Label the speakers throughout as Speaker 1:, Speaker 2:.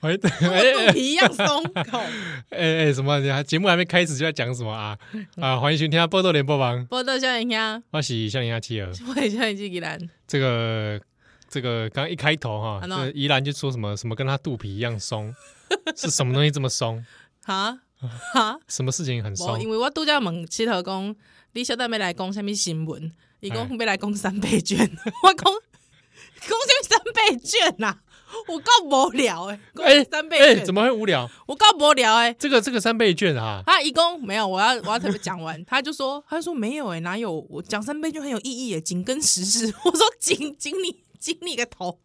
Speaker 1: 哎
Speaker 2: 我肚皮一样松。靠
Speaker 1: 哎哎，什么？你还节目还没开始就在讲什么啊？啊，欢迎收听《波多联播房》，
Speaker 2: 波多笑人家，
Speaker 1: 我是笑林阿七儿。
Speaker 2: 我也叫你去宜兰，
Speaker 1: 这个这个刚一开头哈，
Speaker 2: 啊
Speaker 1: 这
Speaker 2: 那
Speaker 1: 个宜兰就说什么什么跟他肚皮一样松，是什么东西这么松？
Speaker 2: 哈哈，
Speaker 1: 什么事情很
Speaker 2: 无，因
Speaker 1: 松？
Speaker 2: 为我拄则问七头讲，你小弟要来讲什么新闻？
Speaker 1: 哎
Speaker 2: 伊讲要来讲三倍券， 我讲讲什么三倍券呐、啊？我够无聊诶、欸，
Speaker 1: 哎
Speaker 2: 讲三倍
Speaker 1: 哎，
Speaker 2: 券，
Speaker 1: 怎么会无聊？
Speaker 2: 我够无聊诶、
Speaker 1: 这个这个三倍券 啊，
Speaker 2: 他一共没有，我要我要特别讲完，他就说，他就说没有哎、哪有？我讲三倍就很有意义耶，紧跟时事。 我说紧紧你紧你个头，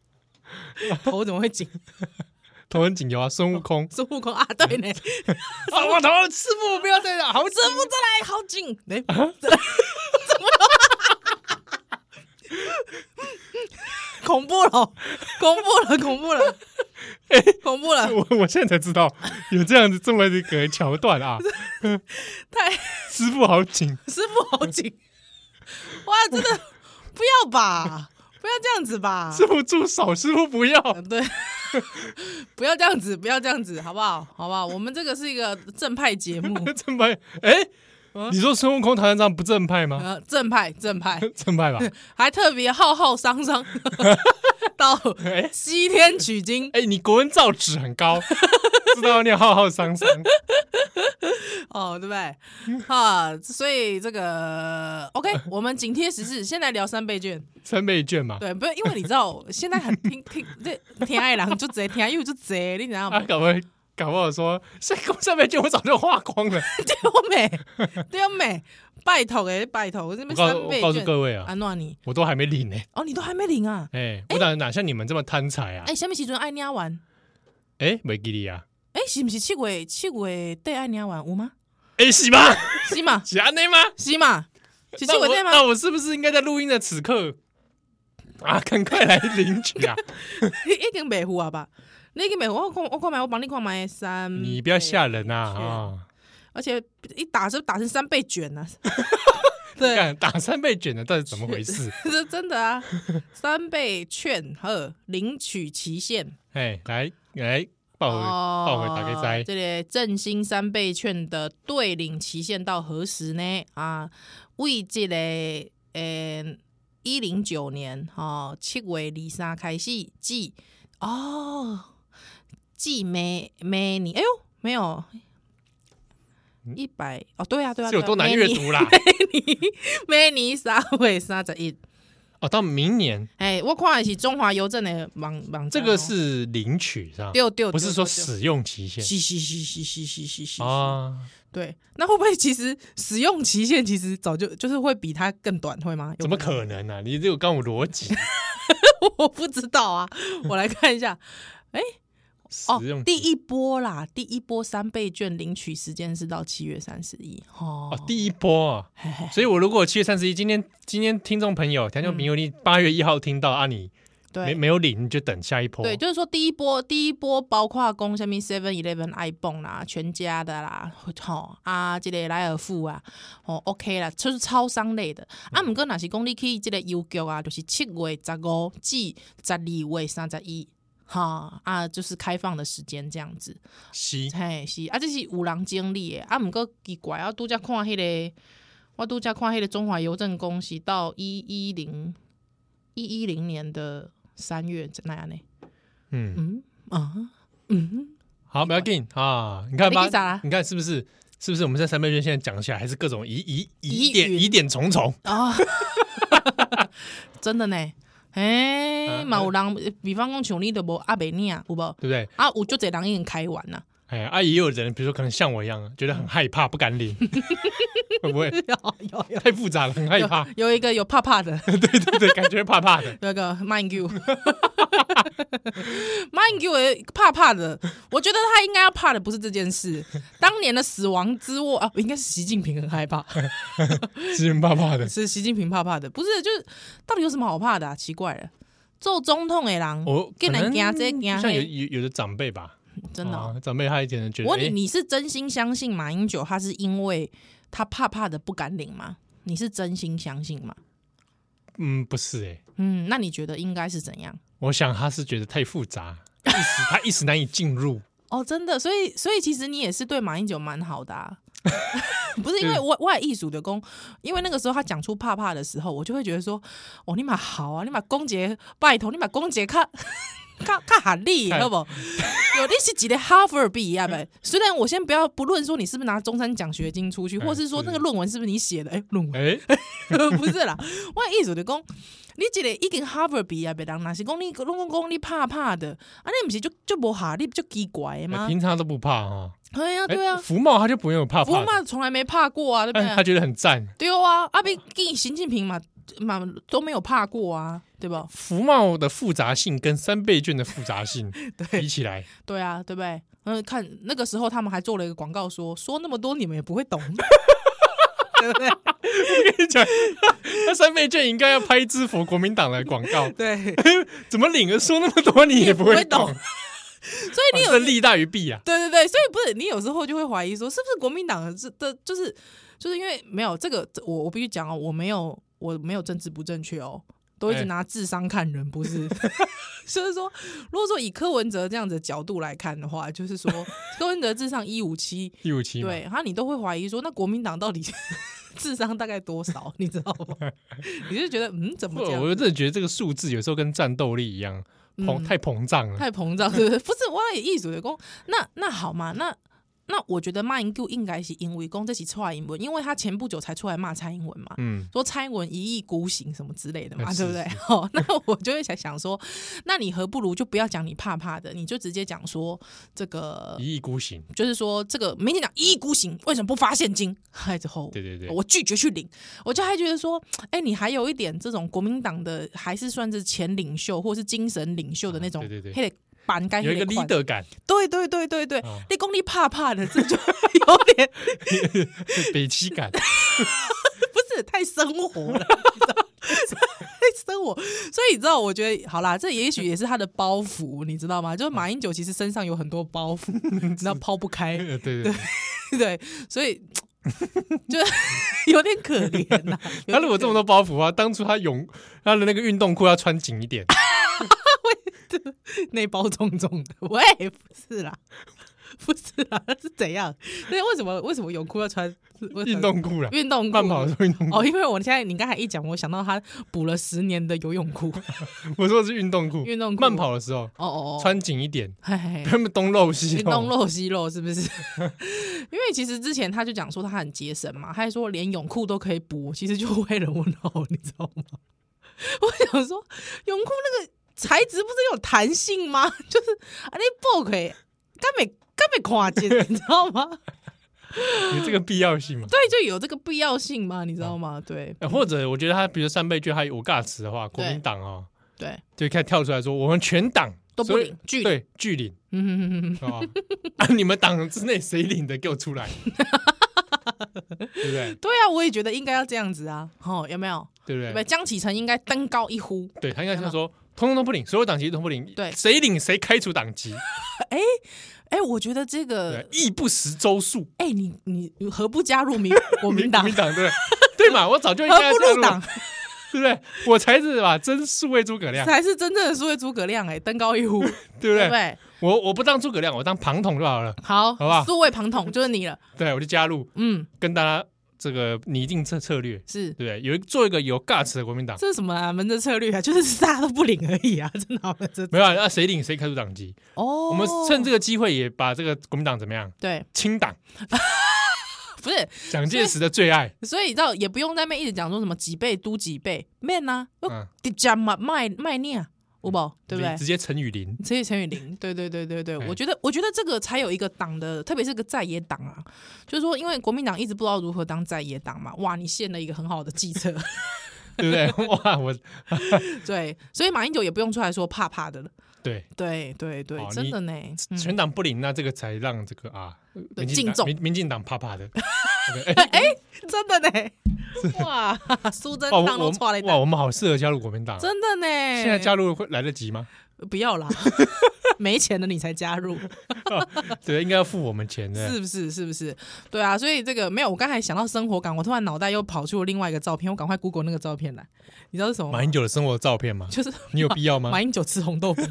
Speaker 2: 头怎么会紧？
Speaker 1: 头很紧有啊，孙悟空
Speaker 2: 孙悟空啊，对呢，
Speaker 1: 啊，我头师傅不要再了，好紧
Speaker 2: 师傅再来好紧，哎、怎么了？ 恐怖了，恐怖了，恐怖了，恐怖了，
Speaker 1: 我我现在才知道有这样子这么一个桥段啊，
Speaker 2: 太
Speaker 1: 师傅好紧，
Speaker 2: 师傅好紧，哇，真的不要吧，不要这样子吧，
Speaker 1: 师傅住手，师傅不要。
Speaker 2: 对，不要这样子，不要这样子，好不好？好不好？我们这个是一个正派节目，
Speaker 1: 正派？哎、
Speaker 2: 啊
Speaker 1: 你说孙悟空唐三藏不正派吗？
Speaker 2: 呃，正派，正派，
Speaker 1: 正 派吧？
Speaker 2: 还特别浩浩汤汤到
Speaker 1: 哎、
Speaker 2: 西天取经
Speaker 1: 哎、你国文造纸很 高，知道要念浩浩汤汤。
Speaker 2: 哦，对不对？啊，所以这个 OK，我们紧贴时事，先来聊三倍券。
Speaker 1: 三倍券嘛？
Speaker 2: 对，不是因为你知道，现在很听听这听爱郎就贼，听爱又就贼，你知道
Speaker 1: 啊，
Speaker 2: 吗？
Speaker 1: 搞不好搞不好说，三三倍券我早就花光 了。
Speaker 2: 对我美，对我美，拜托哎，拜托，我这
Speaker 1: 我
Speaker 2: 边
Speaker 1: 告
Speaker 2: 三
Speaker 1: 诉我
Speaker 2: 倍
Speaker 1: 告诉
Speaker 2: 券
Speaker 1: 各位啊，
Speaker 2: 安诺你
Speaker 1: 我都还没领呢、
Speaker 2: 哦，你都还没领啊？
Speaker 1: 哎、我哪哪像你们这么贪财啊
Speaker 2: 哎、？什么时阵爱领完？
Speaker 1: 哎、没给你啊？
Speaker 2: 哎、是不是七月七月底爱领完有吗？
Speaker 1: 哎、是吗？
Speaker 2: 是嘛？
Speaker 1: 是安内吗？
Speaker 2: 是嘛？是七
Speaker 1: 那
Speaker 2: 月
Speaker 1: 我
Speaker 2: 底吗？
Speaker 1: 那我是不是应该在录音的此刻啊，赶快来领取 啊？
Speaker 2: 你已经袂付啊吧？你已经袂付，我看我看买，我帮你看买三。
Speaker 1: 你不要吓人啊！啊、
Speaker 2: 哎而且一打是打成三倍 卷呐、啊。对，
Speaker 1: 干 打三倍卷的到底怎么回事？
Speaker 2: 这真的啊，三倍券和领取期限
Speaker 1: 哎，来来报回
Speaker 2: 哦
Speaker 1: 报回打开
Speaker 2: 这
Speaker 1: 斋，
Speaker 2: 个振兴三倍券的兑领期限到何时呢？啊，为这个呃一零九年哦七月二三开始即哦即每每年哎呦没有一百哦对啊对啊，
Speaker 1: 嗯这有多难阅读啦？
Speaker 2: 每年三月三十一。
Speaker 1: 哦，到明年
Speaker 2: 哎，我看的是中华邮政的网网站哦，
Speaker 1: 这个是领取是吧？
Speaker 2: 丢丢，
Speaker 1: 不是说
Speaker 2: 是
Speaker 1: 使用期限
Speaker 2: 是是是是是是是是
Speaker 1: 啊？
Speaker 2: 对，那会不会其实使用期限其实早就就是会比它更短，会吗？有
Speaker 1: 怎么？可能呢？你这有刚我逻辑
Speaker 2: 我不知道啊，我来看 一下。哦
Speaker 1: 使用，
Speaker 2: 第一波啦，第一波三倍券领取时间是到七月三十一。哦
Speaker 1: 哦，第一波啊。
Speaker 2: 嘿嘿
Speaker 1: 所以，我如果七月三十一，今天今天听众朋友、听众朋友，你八月一号听到啊，你没
Speaker 2: 嗯对
Speaker 1: 没有领，你就等下一波。
Speaker 2: 对，就是说第一波，第一波包括公下面 Seven Eleven、iPhone 啦、全家的啦，吼、啊，这个莱尔富啊，哦 OK 啦，就是超商类的。啊，毋过若是讲你去这个邮局啊，就是七月十五至十二月三十一。哈啊，就是开放的时间这样子，
Speaker 1: 吸
Speaker 2: 嘿是啊，这是有人经历的啊，毋过奇怪，我拄则看迄、个，我拄则看迄个中华邮政公司到一一零一一零年的三月怎样呢？
Speaker 1: 嗯，
Speaker 2: 嗯啊，嗯，
Speaker 1: 好，不要紧啊。你看
Speaker 2: 你
Speaker 1: 吧
Speaker 2: 去咋啦，
Speaker 1: 你看是不是？是不是我们在三倍券现在讲起来，还是各种疑疑疑
Speaker 2: 疑
Speaker 1: 点
Speaker 2: 云
Speaker 1: 疑点重重？
Speaker 2: 哦， 真的呢，哎、
Speaker 1: 啊
Speaker 2: 嘛有人，比方讲像你都无啊阿伯领有无？
Speaker 1: 对不对？
Speaker 2: 啊，有就这人已经开完了，
Speaker 1: 哎，啊，也有人，比如说可能像我一样，觉得很害怕，不敢领， 会不会
Speaker 2: 有有有
Speaker 1: 太复杂了，很害怕？
Speaker 2: 有一个有怕怕的，
Speaker 1: 对 对对，感觉怕怕的。
Speaker 2: 有一个 mind you。mind you，也怕怕的，我觉得他应该要怕的不是这件事，当年的死亡之握啊，应该是习近平很害怕，
Speaker 1: 是怕怕的。
Speaker 2: 是习近平怕怕的，不是就是到底有什么好怕的啊？奇怪了，做总统的人，
Speaker 1: 我
Speaker 2: 给
Speaker 1: 可
Speaker 2: 人
Speaker 1: 能
Speaker 2: 惊啊这惊
Speaker 1: 就像有
Speaker 2: 那，
Speaker 1: 有有的长辈吧，
Speaker 2: 真的哦、
Speaker 1: 啊长辈他一点觉得，
Speaker 2: 我问你，
Speaker 1: 哎
Speaker 2: 你是真心相信马英九他是因为他怕怕的不敢领吗？你是真心相信吗？
Speaker 1: 嗯，不是哎，
Speaker 2: 嗯，那你觉得应该是怎样？
Speaker 1: 我想他是觉得太复杂，一时他一时难以进入，
Speaker 2: 哦，真的，所以所以其实你也是对马英九蛮好的、 啊，不是因为
Speaker 1: 对
Speaker 2: 我我也艺术的功，因为那个时候他讲出怕怕的时候，我就会觉得说，哦，你妈好啊，你妈公杰拜托，你妈公 杰看。看看喊力，
Speaker 1: 看
Speaker 2: 好不好？有的是几的哈佛尔毕业呗。虽然我先不要不论说你是不是拿中山奖学金出去，
Speaker 1: 哎
Speaker 2: 或是说
Speaker 1: 是
Speaker 2: 那个论文是不是你写的，哎、论文
Speaker 1: 哎，
Speaker 2: 不是啦，我的意思就讲，你一个已经哈佛毕业的人，若是讲你拢讲讲你怕怕的，啊，你不是就就无下你就奇怪的吗？
Speaker 1: 哎平常都不怕啊。
Speaker 2: 对呀、
Speaker 1: 哎
Speaker 2: 对呀、
Speaker 1: 福茂他就不用有怕
Speaker 2: 福
Speaker 1: 怕的，哎
Speaker 2: 嘛从来没怕过啊，对不
Speaker 1: 但他
Speaker 2: 对？
Speaker 1: 觉得很赞。
Speaker 2: 对啊，阿斌跟习近平嘛嘛都没有怕过啊，对不？
Speaker 1: 福茂的复杂性跟三倍券的复杂性比起来，
Speaker 2: 对啊，对不对？嗯，看那个时候他们还做了一个广告说，说那么多你们也不会懂，对不对？
Speaker 1: 跟你讲，那三倍券应该要拍一支佛国民党的广告，
Speaker 2: 对，
Speaker 1: 怎么领了说那么多你也不会懂
Speaker 2: 你也不会， 所以你有
Speaker 1: 反正利大于弊啊。
Speaker 2: 对对对，所以不是你有时候就会怀疑说，是不是国民党的的，就是就是因为没有这个，我我必须讲哦，我没有我没有政治不正确哦，都一直
Speaker 1: 哎
Speaker 2: 拿智商看人，不是？ 就是说，如果说以柯文哲这样子的角度来看的话，就是说柯文哲智商一五七，
Speaker 1: 一五七嘛，
Speaker 2: 对，然后你都会怀疑说，那国民党到底 智商大概多少？你知道吗？ 你就觉得嗯，怎么这
Speaker 1: 我
Speaker 2: 样？
Speaker 1: 我真的觉得这个数字有时候跟战斗力一样膨
Speaker 2: 嗯
Speaker 1: 太膨胀了。
Speaker 2: 太膨胀，是不是？不是，我也艺术的讲，那那好嘛，那那我觉得骂英九应该是因为讲这是蔡英文，因为他前不久才出来骂蔡英文嘛。
Speaker 1: 嗯，
Speaker 2: 说蔡英文一意孤行什么之类的嘛，
Speaker 1: 哎是
Speaker 2: 对不对？ 哦，那我就会想想说，那你何不如就不要讲你怕怕的，你就直接讲说这个，
Speaker 1: 一意孤行，
Speaker 2: 就是说这个民进党一意孤行，为什么不发现金？还之后，
Speaker 1: 对对对，
Speaker 2: 我拒绝去领，我就还觉得说，哎，你还有一点这种国民党的，还是算是前领袖或是精神领袖的那种，
Speaker 1: 啊对对对
Speaker 2: 对，板该
Speaker 1: 有一个 leader 感，
Speaker 2: 对对对对对
Speaker 1: 啊，
Speaker 2: 你功力怕怕的，这就 有点
Speaker 1: 北七感，
Speaker 2: 不是太生活了。你知道 太生活，所以你知道，我觉得好啦，这也许也是他的包袱，你知道吗？就是马英九其实身上有很多包袱，你知道抛不开，
Speaker 1: 对对对。
Speaker 2: 对，所以 就 有点可怜呐、有
Speaker 1: 他
Speaker 2: 点
Speaker 1: 如果这么多包袱啊，当初他泳他的那个运动裤要穿紧一点，
Speaker 2: 内包重重的，喂，不是啦， 不是啦，是怎样？对，为什么为什么泳裤要穿为什么
Speaker 1: 运动裤啦，
Speaker 2: 运动裤
Speaker 1: 慢跑的时候运动裤，
Speaker 2: 哦，因为我现在你刚才一讲，我想到他补了十年的游泳 裤，
Speaker 1: 我说的是运动裤，
Speaker 2: 运动裤
Speaker 1: 慢跑的时候
Speaker 2: 哦哦，哦，
Speaker 1: 穿紧一点，
Speaker 2: 嘿嘿
Speaker 1: 他们东漏哦西
Speaker 2: 运 动
Speaker 1: 漏，
Speaker 2: 露西露是不 是？因为其实之前他就讲说他很节省嘛，他还说连泳裤都可以补，其实就为了问号，你知道吗？ 我想说泳裤那个材质不是有弹性吗？ 就是啊，你补可以，干没干没跨界，你知道吗？
Speaker 1: 有这个必要性嘛？
Speaker 2: 对，就有这个必要性嘛，你知道吗？对
Speaker 1: 呃或者我觉得他，比如三倍券，他有尬词的话，国民党哦，
Speaker 2: 对，
Speaker 1: 就开始跳出来说，我们全党
Speaker 2: 都不
Speaker 1: 所有
Speaker 2: 领拒领
Speaker 1: 对拒领
Speaker 2: 嗯哼哼哼哼。
Speaker 1: 啊， 啊你们党之内谁领的给我出来，对不对？
Speaker 2: 对啊，我也觉得应该要这样子啊，哦，有没有？
Speaker 1: 对不
Speaker 2: 对
Speaker 1: 对
Speaker 2: 不对？？江启程应该登高一呼，
Speaker 1: 对他应该像说，通通都不领，所有党籍都不领，
Speaker 2: 对
Speaker 1: 谁领谁开除党籍，
Speaker 2: 哎，我觉得这个
Speaker 1: 对，，义不食周粟，
Speaker 2: 哎，你你你何不 加入民国民党
Speaker 1: 国？民党对不对？对嘛，我早就应该
Speaker 2: 何
Speaker 1: 要加
Speaker 2: 不 入
Speaker 1: 入
Speaker 2: 党
Speaker 1: 了，对不对？我才是吧，真数位诸葛亮，
Speaker 2: 才是真正的所谓诸葛亮哎，登高一呼，
Speaker 1: 对不
Speaker 2: 对
Speaker 1: 对？
Speaker 2: 不对？
Speaker 1: 我我不当诸葛亮，我当庞统就好了。
Speaker 2: 好，
Speaker 1: 好不好
Speaker 2: 诸位庞统就是你了，
Speaker 1: 对，我就加入，
Speaker 2: 嗯，
Speaker 1: 跟大家这个拟定策策略，
Speaker 2: 是
Speaker 1: 对。不对？有一做一个有 guts 的国民党，
Speaker 2: 这是什么啊？门的策略啊， 就是大家都不领而已啊，真的啊， 门这
Speaker 1: 没有啊，那谁领谁开除党籍？
Speaker 2: 哦，
Speaker 1: 我们趁这个机会也把这个国民党怎么样
Speaker 2: 对，
Speaker 1: 清党？
Speaker 2: 不是，
Speaker 1: 蒋介石的最爱，
Speaker 2: 所以你知道也不用在那边一直讲说什么几倍都几倍面呐，
Speaker 1: 嗯，
Speaker 2: 直接嘛卖卖念，啊有不？哦对不对
Speaker 1: 直？接陈雨林，
Speaker 2: 这些陈雨林，对对对对对，
Speaker 1: 哎
Speaker 2: 我觉得我觉得这个才有一个党的，特别是个在野党啊，就是说，因为国民党一直不知道如何当在野党嘛，哇，你献了一个很好的计策，
Speaker 1: 对不对？哇，我
Speaker 2: 对，所以马英九也不用出来说怕怕的了，
Speaker 1: 对
Speaker 2: 对对对，
Speaker 1: 哦
Speaker 2: 真的呢，嗯
Speaker 1: 全党不领，那这个才让这个啊，民进
Speaker 2: 敬
Speaker 1: 党
Speaker 2: 重
Speaker 1: 民民进党怕怕的。对不对哎
Speaker 2: 真的 呢，哇，苏贞
Speaker 1: 哇，
Speaker 2: 昌
Speaker 1: 我
Speaker 2: 都出来
Speaker 1: 我哇，我们好适合加入国民党啊，
Speaker 2: 真的呢，
Speaker 1: 现在加入会来得及 吗？
Speaker 2: 不 要啦，没钱了你才加入，
Speaker 1: 对，应该要付我们钱的。
Speaker 2: 是不是？是不是？对啊，所以这个没有，我刚才想到生活感，我突然脑袋又跑出了另外一个照片，我赶快 Google 那个照片来，你知道是什么吗
Speaker 1: 马？英九的生活照片吗？
Speaker 2: 就是
Speaker 1: 你有必要吗
Speaker 2: 马？英九吃红豆腐，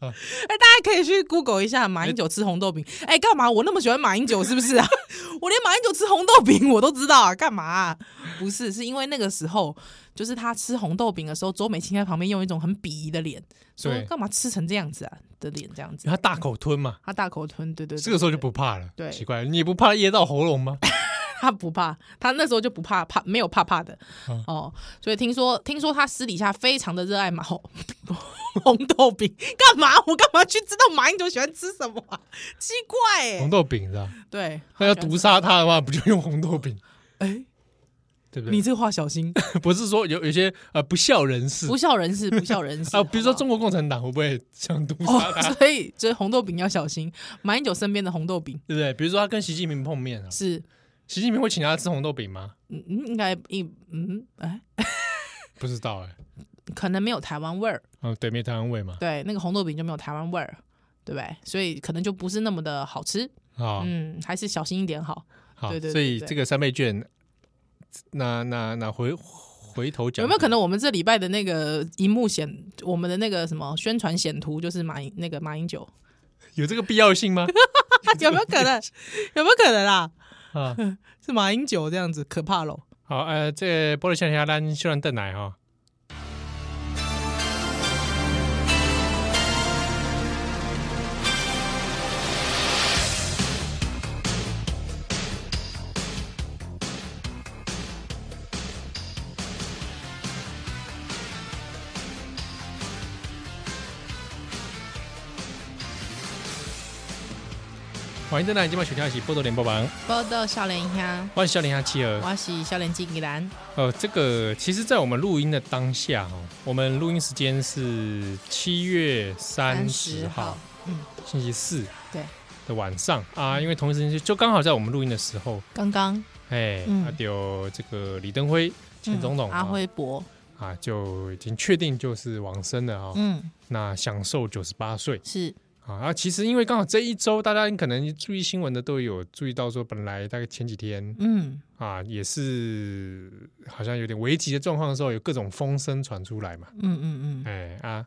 Speaker 2: 哎，大家可以去 Google 一
Speaker 1: 哎
Speaker 2: 下马英九吃红豆饼。哎，干嘛？我那么喜欢马英九，是不是啊？ 我连马英九吃红豆饼我都知道啊，干嘛啊、不是，是因为那个时候，就是他吃红豆饼的时候，周美青在旁边用一种很鄙夷的脸，说
Speaker 1: 对
Speaker 2: 干嘛吃成这样子啊的脸，这样子。
Speaker 1: 他大口吞嘛，
Speaker 2: 他大口吞，对对对，
Speaker 1: 这个时候就
Speaker 2: 对
Speaker 1: 不怕了。
Speaker 2: 对
Speaker 1: 奇怪，你不怕噎到喉咙吗？
Speaker 2: 他不怕，他那时候就不怕，怕没有怕怕的、
Speaker 1: 嗯
Speaker 2: 哦。所以听说，听说他私底下非常的热爱马 红豆饼，干嘛？我干嘛去知道马英九喜欢吃什么、啊？奇怪、欸，
Speaker 1: 红豆饼是吧？
Speaker 2: 对，
Speaker 1: 那要
Speaker 2: 好像
Speaker 1: 毒
Speaker 2: 是
Speaker 1: 杀他的话，不就用红豆 饼？
Speaker 2: 哎、
Speaker 1: 对不
Speaker 2: 你
Speaker 1: 对？
Speaker 2: 这个话小心，
Speaker 1: 不是说有有些呃不孝人士
Speaker 2: 不孝人士，不孝人 士
Speaker 1: 啊，比如说
Speaker 2: 好
Speaker 1: 中国共产党会不会想毒
Speaker 2: 不好
Speaker 1: 杀他？
Speaker 2: 哦，所以这红豆饼要小心，马英九身边的红豆饼
Speaker 1: 对不对？比如说他跟习近平碰面啊，
Speaker 2: 是，
Speaker 1: 习近平会请他吃红豆饼吗？
Speaker 2: 嗯，嗯应该应嗯哎，
Speaker 1: 不知道哎、
Speaker 2: 可能没有台湾味儿，
Speaker 1: 嗯，对，没台湾味嘛。
Speaker 2: 对，那个红豆饼就没有台湾味儿，对不对？所以可能就不是那么的好吃。
Speaker 1: 啊、
Speaker 2: 嗯，还是小心一点好。
Speaker 1: 好，
Speaker 2: 对对对
Speaker 1: 所以
Speaker 2: 对
Speaker 1: 这个三倍券，那那那回回头讲
Speaker 2: 有没有可能我们这礼拜的那个荧幕显，我们的那个什么宣传显图就是马英那个马英九？啊
Speaker 1: 有这个必要 性吗？
Speaker 2: 有没有可 能？有没有可能啊？
Speaker 1: 啊，
Speaker 2: 是马英九这样子，可怕喽！
Speaker 1: 好，呃，这波多向下咱秀兰邓来哈。欢迎邓来，今晚收听的是《波多连播榜》，
Speaker 2: 报道笑脸乡，
Speaker 1: 我是小林阿七儿。
Speaker 2: 我是笑脸金吉兰，
Speaker 1: 呃，这个其实，在我们录音的当下哦，我们录音时间是七月三十号，
Speaker 2: 嗯，
Speaker 1: 星期四，
Speaker 2: 对
Speaker 1: 的晚上啊，因为同一时间就就刚好在我们录音的时候，
Speaker 2: 刚刚
Speaker 1: 哎，
Speaker 2: 嗯
Speaker 1: 他丢、这个李登辉前总统、
Speaker 2: 嗯
Speaker 1: 啊
Speaker 2: 阿辉伯，
Speaker 1: 啊，就已经确定就是往生了啊、哦，
Speaker 2: 嗯，
Speaker 1: 那享受九十八岁
Speaker 2: 是
Speaker 1: 啊。啊，其实因为刚好这一周，大家可能注意新闻的都有注意到说，本来大概前几天
Speaker 2: 嗯
Speaker 1: 啊，也是好像有点危急的状况的时候，有各种风声传出来嘛。
Speaker 2: 嗯嗯嗯，
Speaker 1: 哎啊，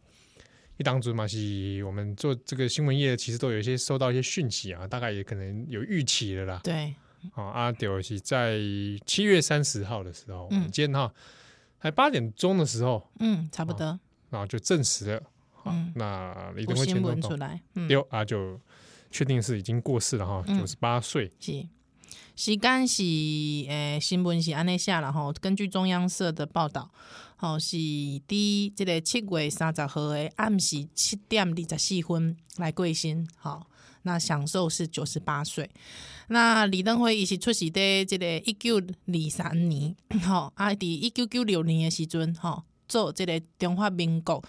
Speaker 1: 一当主嘛是我们做这个新闻业，其实都有一些收到一些讯息啊，大概也可能有预期了啦。
Speaker 2: 对，
Speaker 1: 哦，啊，就是在七月三十号的时候，
Speaker 2: 嗯
Speaker 1: 嗯，今天哈，还八点钟的时候，
Speaker 2: 嗯，差不多，
Speaker 1: 然后就证实了，好
Speaker 2: 嗯
Speaker 1: 那李登
Speaker 2: 有
Speaker 1: 辉前
Speaker 2: 新
Speaker 1: 总
Speaker 2: 闻出
Speaker 1: 统
Speaker 2: 来，嗯，
Speaker 1: 丢啊就。确定是已经过世了哈，
Speaker 2: 嗯
Speaker 1: 九十八岁。
Speaker 2: 是，时间是诶、新闻是安尼写啦吼，根据中央社的报道，吼、是伫即个七月三十号的暗时七点二十四分来过身，吼、那享受是九十八岁。那李登辉伊是出世伫即个一九二三年，吼、啊，伫一九九六年的时阵，吼、做即个中华民国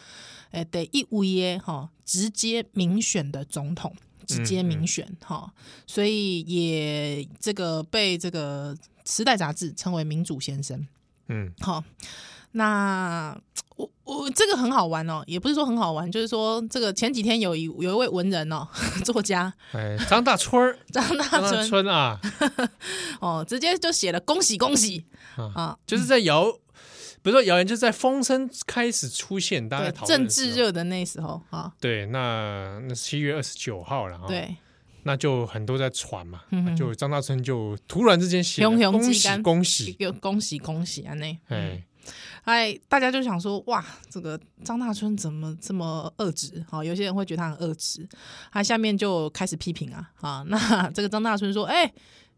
Speaker 2: 诶第一位的吼、直接民选的总统，直接
Speaker 1: 嗯嗯
Speaker 2: 民选吼。所以也这个被这个《时代》杂志称为“民主先生”。
Speaker 1: 嗯，
Speaker 2: 好，那我我这个很好玩哦，也不是说很好玩，就是说这个前几天有一有一位文人哦，作家
Speaker 1: 哎，张大春儿，
Speaker 2: 张大
Speaker 1: 张大
Speaker 2: 春
Speaker 1: 春啊，
Speaker 2: 哦，直接就写了恭喜恭喜啊，
Speaker 1: 就是在谣，不是说谣言，就是在风声开始出现，大家在
Speaker 2: 对
Speaker 1: 讨，论
Speaker 2: 政
Speaker 1: 的时候
Speaker 2: 治热的那时候啊，
Speaker 1: 对，那那七月二十九号了哈，，
Speaker 2: 对，
Speaker 1: 那就很多在传嘛，
Speaker 2: 嗯哼
Speaker 1: 就张大春就突然之间写了
Speaker 2: 雄雄
Speaker 1: 恭
Speaker 2: 之
Speaker 1: 喜
Speaker 2: 感
Speaker 1: 恭
Speaker 2: 一
Speaker 1: 喜，
Speaker 2: 个恭喜恭喜啊那，嗯
Speaker 1: 哎，
Speaker 2: 哎，大家就想说，哇，这个张大春怎么这么恶质？好、有些人会觉得他很恶质，他下面就开始批评啊，啊，那 这个张大春说，哎、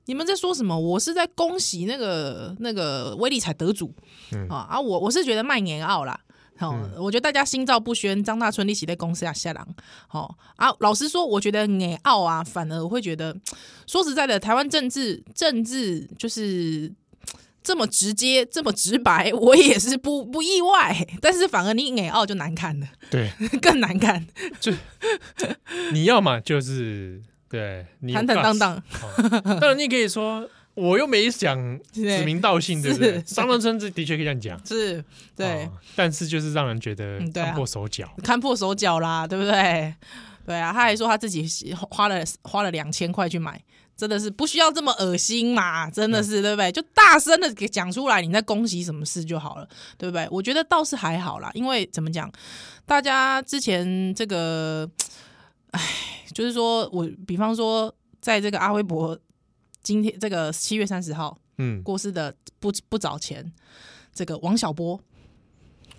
Speaker 2: 你们在说什么？我是在恭喜那个那个威力彩得主，
Speaker 1: 嗯
Speaker 2: 啊啊，我我是觉得卖年奥啦。好、我觉得大家心照不宣，张大春一起在公司啊下狼。好、啊，老实说，我觉得年奥啊，反而我会觉得，说实在的，台湾政治政治就是这么直接、这么直白， 我也是不不意外。但是反而你给傲就难看了，
Speaker 1: 对，
Speaker 2: 更难看，
Speaker 1: 你要嘛就是对，你有
Speaker 2: 坦坦荡
Speaker 1: guts，
Speaker 2: 荡。
Speaker 1: 哦当然你可以说。我又没想
Speaker 2: 对
Speaker 1: 指名道姓，对不对？
Speaker 2: 是
Speaker 1: 张大春这的确可以这样讲，啊
Speaker 2: 是，对，
Speaker 1: 哦但是就是让人觉得
Speaker 2: 嗯对啊
Speaker 1: 看破手脚，
Speaker 2: 看破手脚啦，对不对？对啊，他还说他自己花了花了两千块去买，真的是不需要这么恶心嘛，真的是、对不对？就大声的给讲出来你在恭喜什么事就好了，对不对？我觉得倒是还好啦，因为怎么讲，大家之前这个，唉，就是说我比方说，在这个阿辉伯今天这个七月三十号
Speaker 1: 嗯，
Speaker 2: 过世的不不早前，这个王小波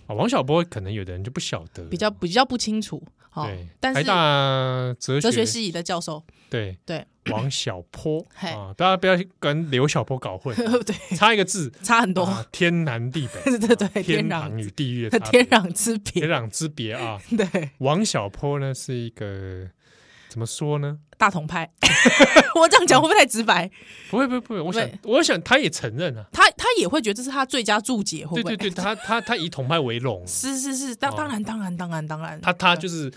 Speaker 1: 啊，王小波可能有的人就不晓得，
Speaker 2: 比较比较不清楚，好、
Speaker 1: 对，
Speaker 2: 但是
Speaker 1: 台大哲
Speaker 2: 哲学系的教授，
Speaker 1: 对
Speaker 2: 对
Speaker 1: 王小波
Speaker 2: 嘿，
Speaker 1: 啊，大家不要跟刘小波搞混
Speaker 2: 对，
Speaker 1: 差一个字，
Speaker 2: 差很多。
Speaker 1: 啊，天南地北，
Speaker 2: 对对对
Speaker 1: 啊
Speaker 2: 天
Speaker 1: 天
Speaker 2: 壤
Speaker 1: 堂与地狱的差别
Speaker 2: 天壤之
Speaker 1: 天
Speaker 2: 别。
Speaker 1: 壤之别啊。
Speaker 2: 对，
Speaker 1: 王小波呢是一个怎么说呢？
Speaker 2: 大同派， 我这样讲会不会太直白？
Speaker 1: 不会不会不会，我想
Speaker 2: 对
Speaker 1: 我想他也承认啊，
Speaker 2: 他他也会觉得这是他最佳注解，会
Speaker 1: 对
Speaker 2: 不会？
Speaker 1: 对对，他他他以统派为荣，
Speaker 2: 是是是，当
Speaker 1: 哦
Speaker 2: 当然当然当然当然，
Speaker 1: 他他就是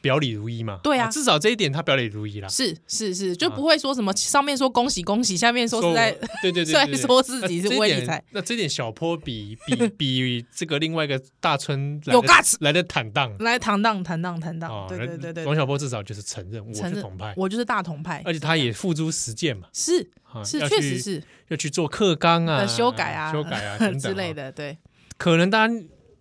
Speaker 1: 表里如一嘛，
Speaker 2: 对啊
Speaker 1: 至少这一点他表里如一啦。
Speaker 2: 是是是，就
Speaker 1: 啊
Speaker 2: 不会说什么上面说恭喜恭喜，下面说是 在
Speaker 1: 我对对对对，
Speaker 2: 是在
Speaker 1: 对
Speaker 2: 说自己是
Speaker 1: 那这一
Speaker 2: 为
Speaker 1: 点
Speaker 2: 理财，
Speaker 1: 那这点小波 比比比这个另外一个大村来得
Speaker 2: 有 guts
Speaker 1: 来的坦荡
Speaker 2: 来坦荡坦荡坦荡，
Speaker 1: 啊，
Speaker 2: 对对对对，
Speaker 1: 王小波至少就是承认我
Speaker 2: 承
Speaker 1: 是
Speaker 2: 认
Speaker 1: 统派，
Speaker 2: 我就是大同派，
Speaker 1: 而且他也付诸实践嘛，
Speaker 2: 是
Speaker 1: 啊
Speaker 2: 是
Speaker 1: 呃要
Speaker 2: 确
Speaker 1: 去
Speaker 2: 实是
Speaker 1: 要去做课纲啊、
Speaker 2: 呃修改啊
Speaker 1: 修改 啊等等啊
Speaker 2: 之类。的，对
Speaker 1: 可能大家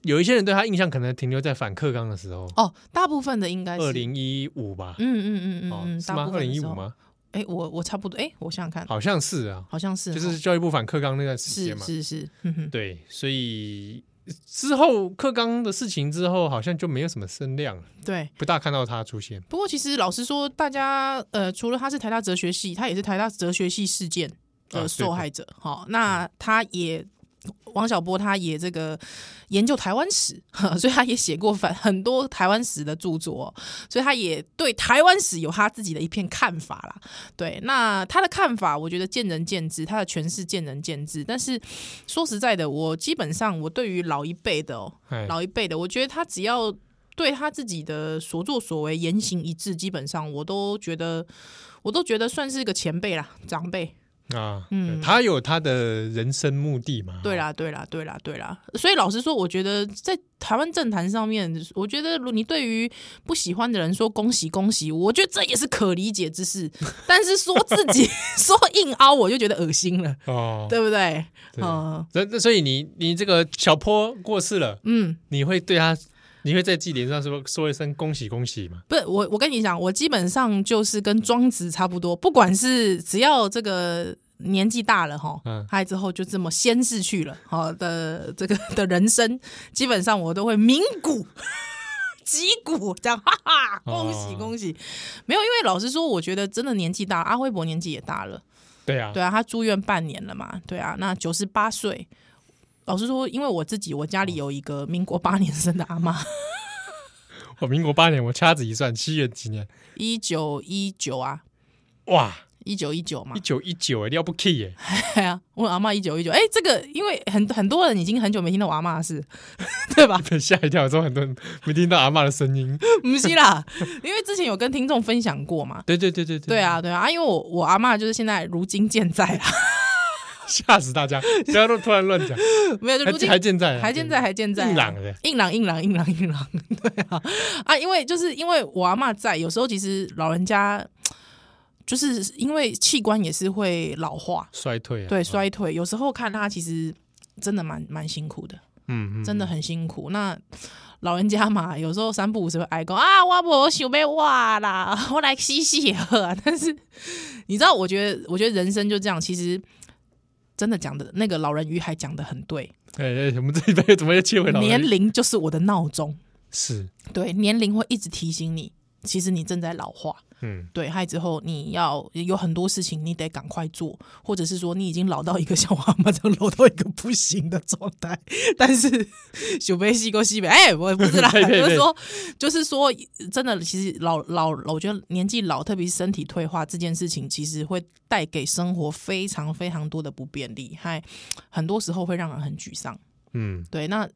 Speaker 1: 有一些人对他印象可能停留在反课纲的时候，
Speaker 2: 哦，大部分的应该是
Speaker 1: 二零一五吧
Speaker 2: 嗯，嗯嗯嗯
Speaker 1: 哦
Speaker 2: 嗯，
Speaker 1: 是
Speaker 2: 大
Speaker 1: 吗？
Speaker 2: 部
Speaker 1: 二
Speaker 2: 分
Speaker 1: 零
Speaker 2: 的
Speaker 1: 一
Speaker 2: 时
Speaker 1: 五
Speaker 2: 候，
Speaker 1: 吗？
Speaker 2: 哎，我我差不多，哎，我想想看，
Speaker 1: 好像是啊，
Speaker 2: 好像是
Speaker 1: 就
Speaker 2: 哦
Speaker 1: 是教育部反课纲那段时
Speaker 2: 是
Speaker 1: 间嘛。
Speaker 2: 是是，嗯哼，
Speaker 1: 对，所以之后课纲的事情之后，好像就没有什么声量了，
Speaker 2: 对。
Speaker 1: 不大看到他出现。
Speaker 2: 不过其实老实说，大家呃，除了他是台大哲学系，他也是台大哲学系事件的受害者。好、那他也。王小波他也这个研究台湾史， 呵所以他也写过反很多台湾史的著作哦、所以他也对台湾史有他自己的一片看法啦。对，那他的看法我觉得见仁见智，他的诠释见仁见智。但是说实在的，我基本上我对于老一辈的哦，
Speaker 1: 哎，
Speaker 2: 老一辈的，我觉得他只要对他自己的所作所为言行一致，基本上我都觉得，我都觉得算是个前辈啦，长辈。
Speaker 1: 啊，
Speaker 2: 嗯
Speaker 1: 嗯，他有他的人生目的嘛？
Speaker 2: 对啦，对啦，对啦，对啦。所以老实说，我觉得在台湾政坛上面，我觉得如你对于不喜欢的人说恭喜恭喜，我觉得这也是可理解之事。但是说自己 说硬凹，我就觉得恶心了，
Speaker 1: 哦，
Speaker 2: 对不对？
Speaker 1: 对
Speaker 2: 嗯
Speaker 1: 那那所以你你这个小坡过世了，
Speaker 2: 嗯，
Speaker 1: 你会对他，你会在祭典上说说一声恭喜恭喜吗？
Speaker 2: 不是我，我跟你讲，我基本上就是跟庄子差不多，不管是只要这个年纪大了哈，
Speaker 1: 嗯
Speaker 2: 他之后就这么先逝去了，好的 这个的人生，基本上我都会鸣鼓。击鼓，这样哈哈，恭喜
Speaker 1: 哦
Speaker 2: 恭喜！没有，因为老实说，我觉得真的年纪大，阿辉伯年纪也大了，
Speaker 1: 对啊，
Speaker 2: 对啊，他住院半年了嘛，对啊，那九十八岁。老实说，因为我自己，我家里有一个民国八年生的阿妈，
Speaker 1: 我哦民国八年，我掐指一算，七月几年？
Speaker 2: 一九一九啊，
Speaker 1: 哇，
Speaker 2: 一九一九嘛
Speaker 1: 一，九一九，欸要不 key 耶？
Speaker 2: 对啊，我阿妈一九一九，哎，这个因为很很多人已经很久没听到我阿妈的事， 对吧？
Speaker 1: 被吓一跳，之后很多人没听到阿嬷的声音。
Speaker 2: 不是啦， 因为之前有跟听众分享过嘛。
Speaker 1: 对对对对
Speaker 2: 对，啊，对啊，啊因为我我阿妈就是现在如今健在啊啦，
Speaker 1: 吓死大家！不要都突然乱讲，
Speaker 2: 没有就 如今
Speaker 1: 还还健在啊，
Speaker 2: 还健在，还健在啊、
Speaker 1: 硬朗的
Speaker 2: 硬朗，硬朗，硬朗，硬朗， 对啊，啊，因为就是因为我阿嬷在，有时候其实老人家就是因为器官也是会老化，
Speaker 1: 衰退啊，
Speaker 2: 对，衰退，有时候看她其实真的蛮蛮辛苦的。
Speaker 1: 嗯，嗯嗯，
Speaker 2: 真的很辛苦。那老人家嘛，有时候三不五时会挨讲啊，我不想被哇啦， 我来洗洗喝。啊但是你知道，我觉得，我觉得人生就这样，其实真的讲的那个老人鱼还讲的很对，
Speaker 1: 哎哎，我们这一辈怎么又切回老人
Speaker 2: 年龄就是我的闹钟，
Speaker 1: 是，
Speaker 2: 对，年龄会一直提醒你，其实你正在老化。
Speaker 1: 嗯，
Speaker 2: 对，害之后你要有很多事情，你得赶快做，或者是说你已经老到一个像我阿妈这样老到一个不行的状态。但是小贝西沟西北，哎、我不是啦，
Speaker 1: 呸呸呸
Speaker 2: 就是说，就是说，真的，其实老老，我觉得年纪老，特别是身体退化这件事情，其实会带给生活非常非常多的不便利，还很多时候会让人很沮丧。
Speaker 1: 嗯，
Speaker 2: 对，那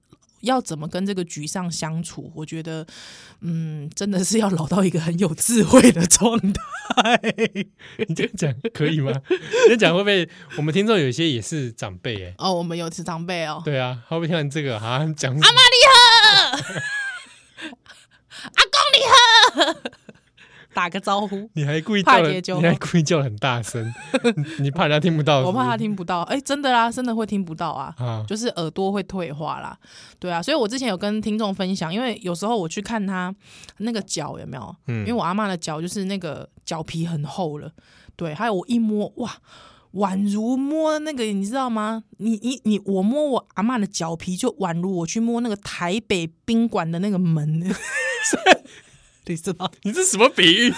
Speaker 2: 要怎么跟这个沮丧相处？我觉得，嗯，真的是要老到一个很有智慧的状态。
Speaker 1: 你这样讲可以吗？ 你这样讲会不会我们听众有一些也是长辈哎？
Speaker 2: 哦，我们有吃长辈哦，
Speaker 1: 对啊，会不会听完这个啊讲阿妈
Speaker 2: 阿公你打个招呼。
Speaker 1: 你还故意
Speaker 2: 怕
Speaker 1: 叫了，
Speaker 2: 结交
Speaker 1: 你还故意叫得很大声， 你你怕人家听不到是不哦
Speaker 2: 我
Speaker 1: 是
Speaker 2: 怕他听不到，哎、真的啦，真的会听不到啊，
Speaker 1: 啊，
Speaker 2: 就是耳朵会退化啦，对啊，所以我之前有跟听众分享，因为有时候我去看他那个脚有没有，
Speaker 1: 嗯
Speaker 2: 因为我阿妈的脚就是那个脚皮很厚了，对，还有我一摸哇，宛如摸那个你知道吗？你你你我摸我阿妈的脚皮，就宛如我去摸那个台北宾馆的那个门， 你知道吗
Speaker 1: 你这什么比喻？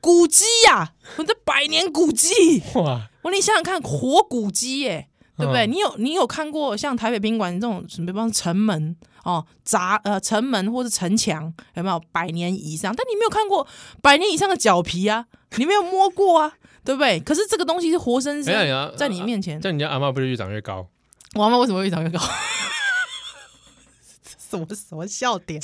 Speaker 2: 古迹呀、我这百年古迹。
Speaker 1: 哇，
Speaker 2: 我你想想看，活古迹耶、对不对？
Speaker 1: 嗯
Speaker 2: 你有你有看过像台北宾馆这种什么，比方城门哦，砸呃城门或是城墙，有没有百年以上？但你没有看过百年以上的脚皮啊，你没有摸过啊， 对不对？可是这个东西是活生
Speaker 1: 哎呀
Speaker 2: 生
Speaker 1: 呀
Speaker 2: 在你面前。
Speaker 1: 这样你家阿嬷不是越长越高？
Speaker 2: 我阿妈为什么会越长越高？ 什么什么笑点？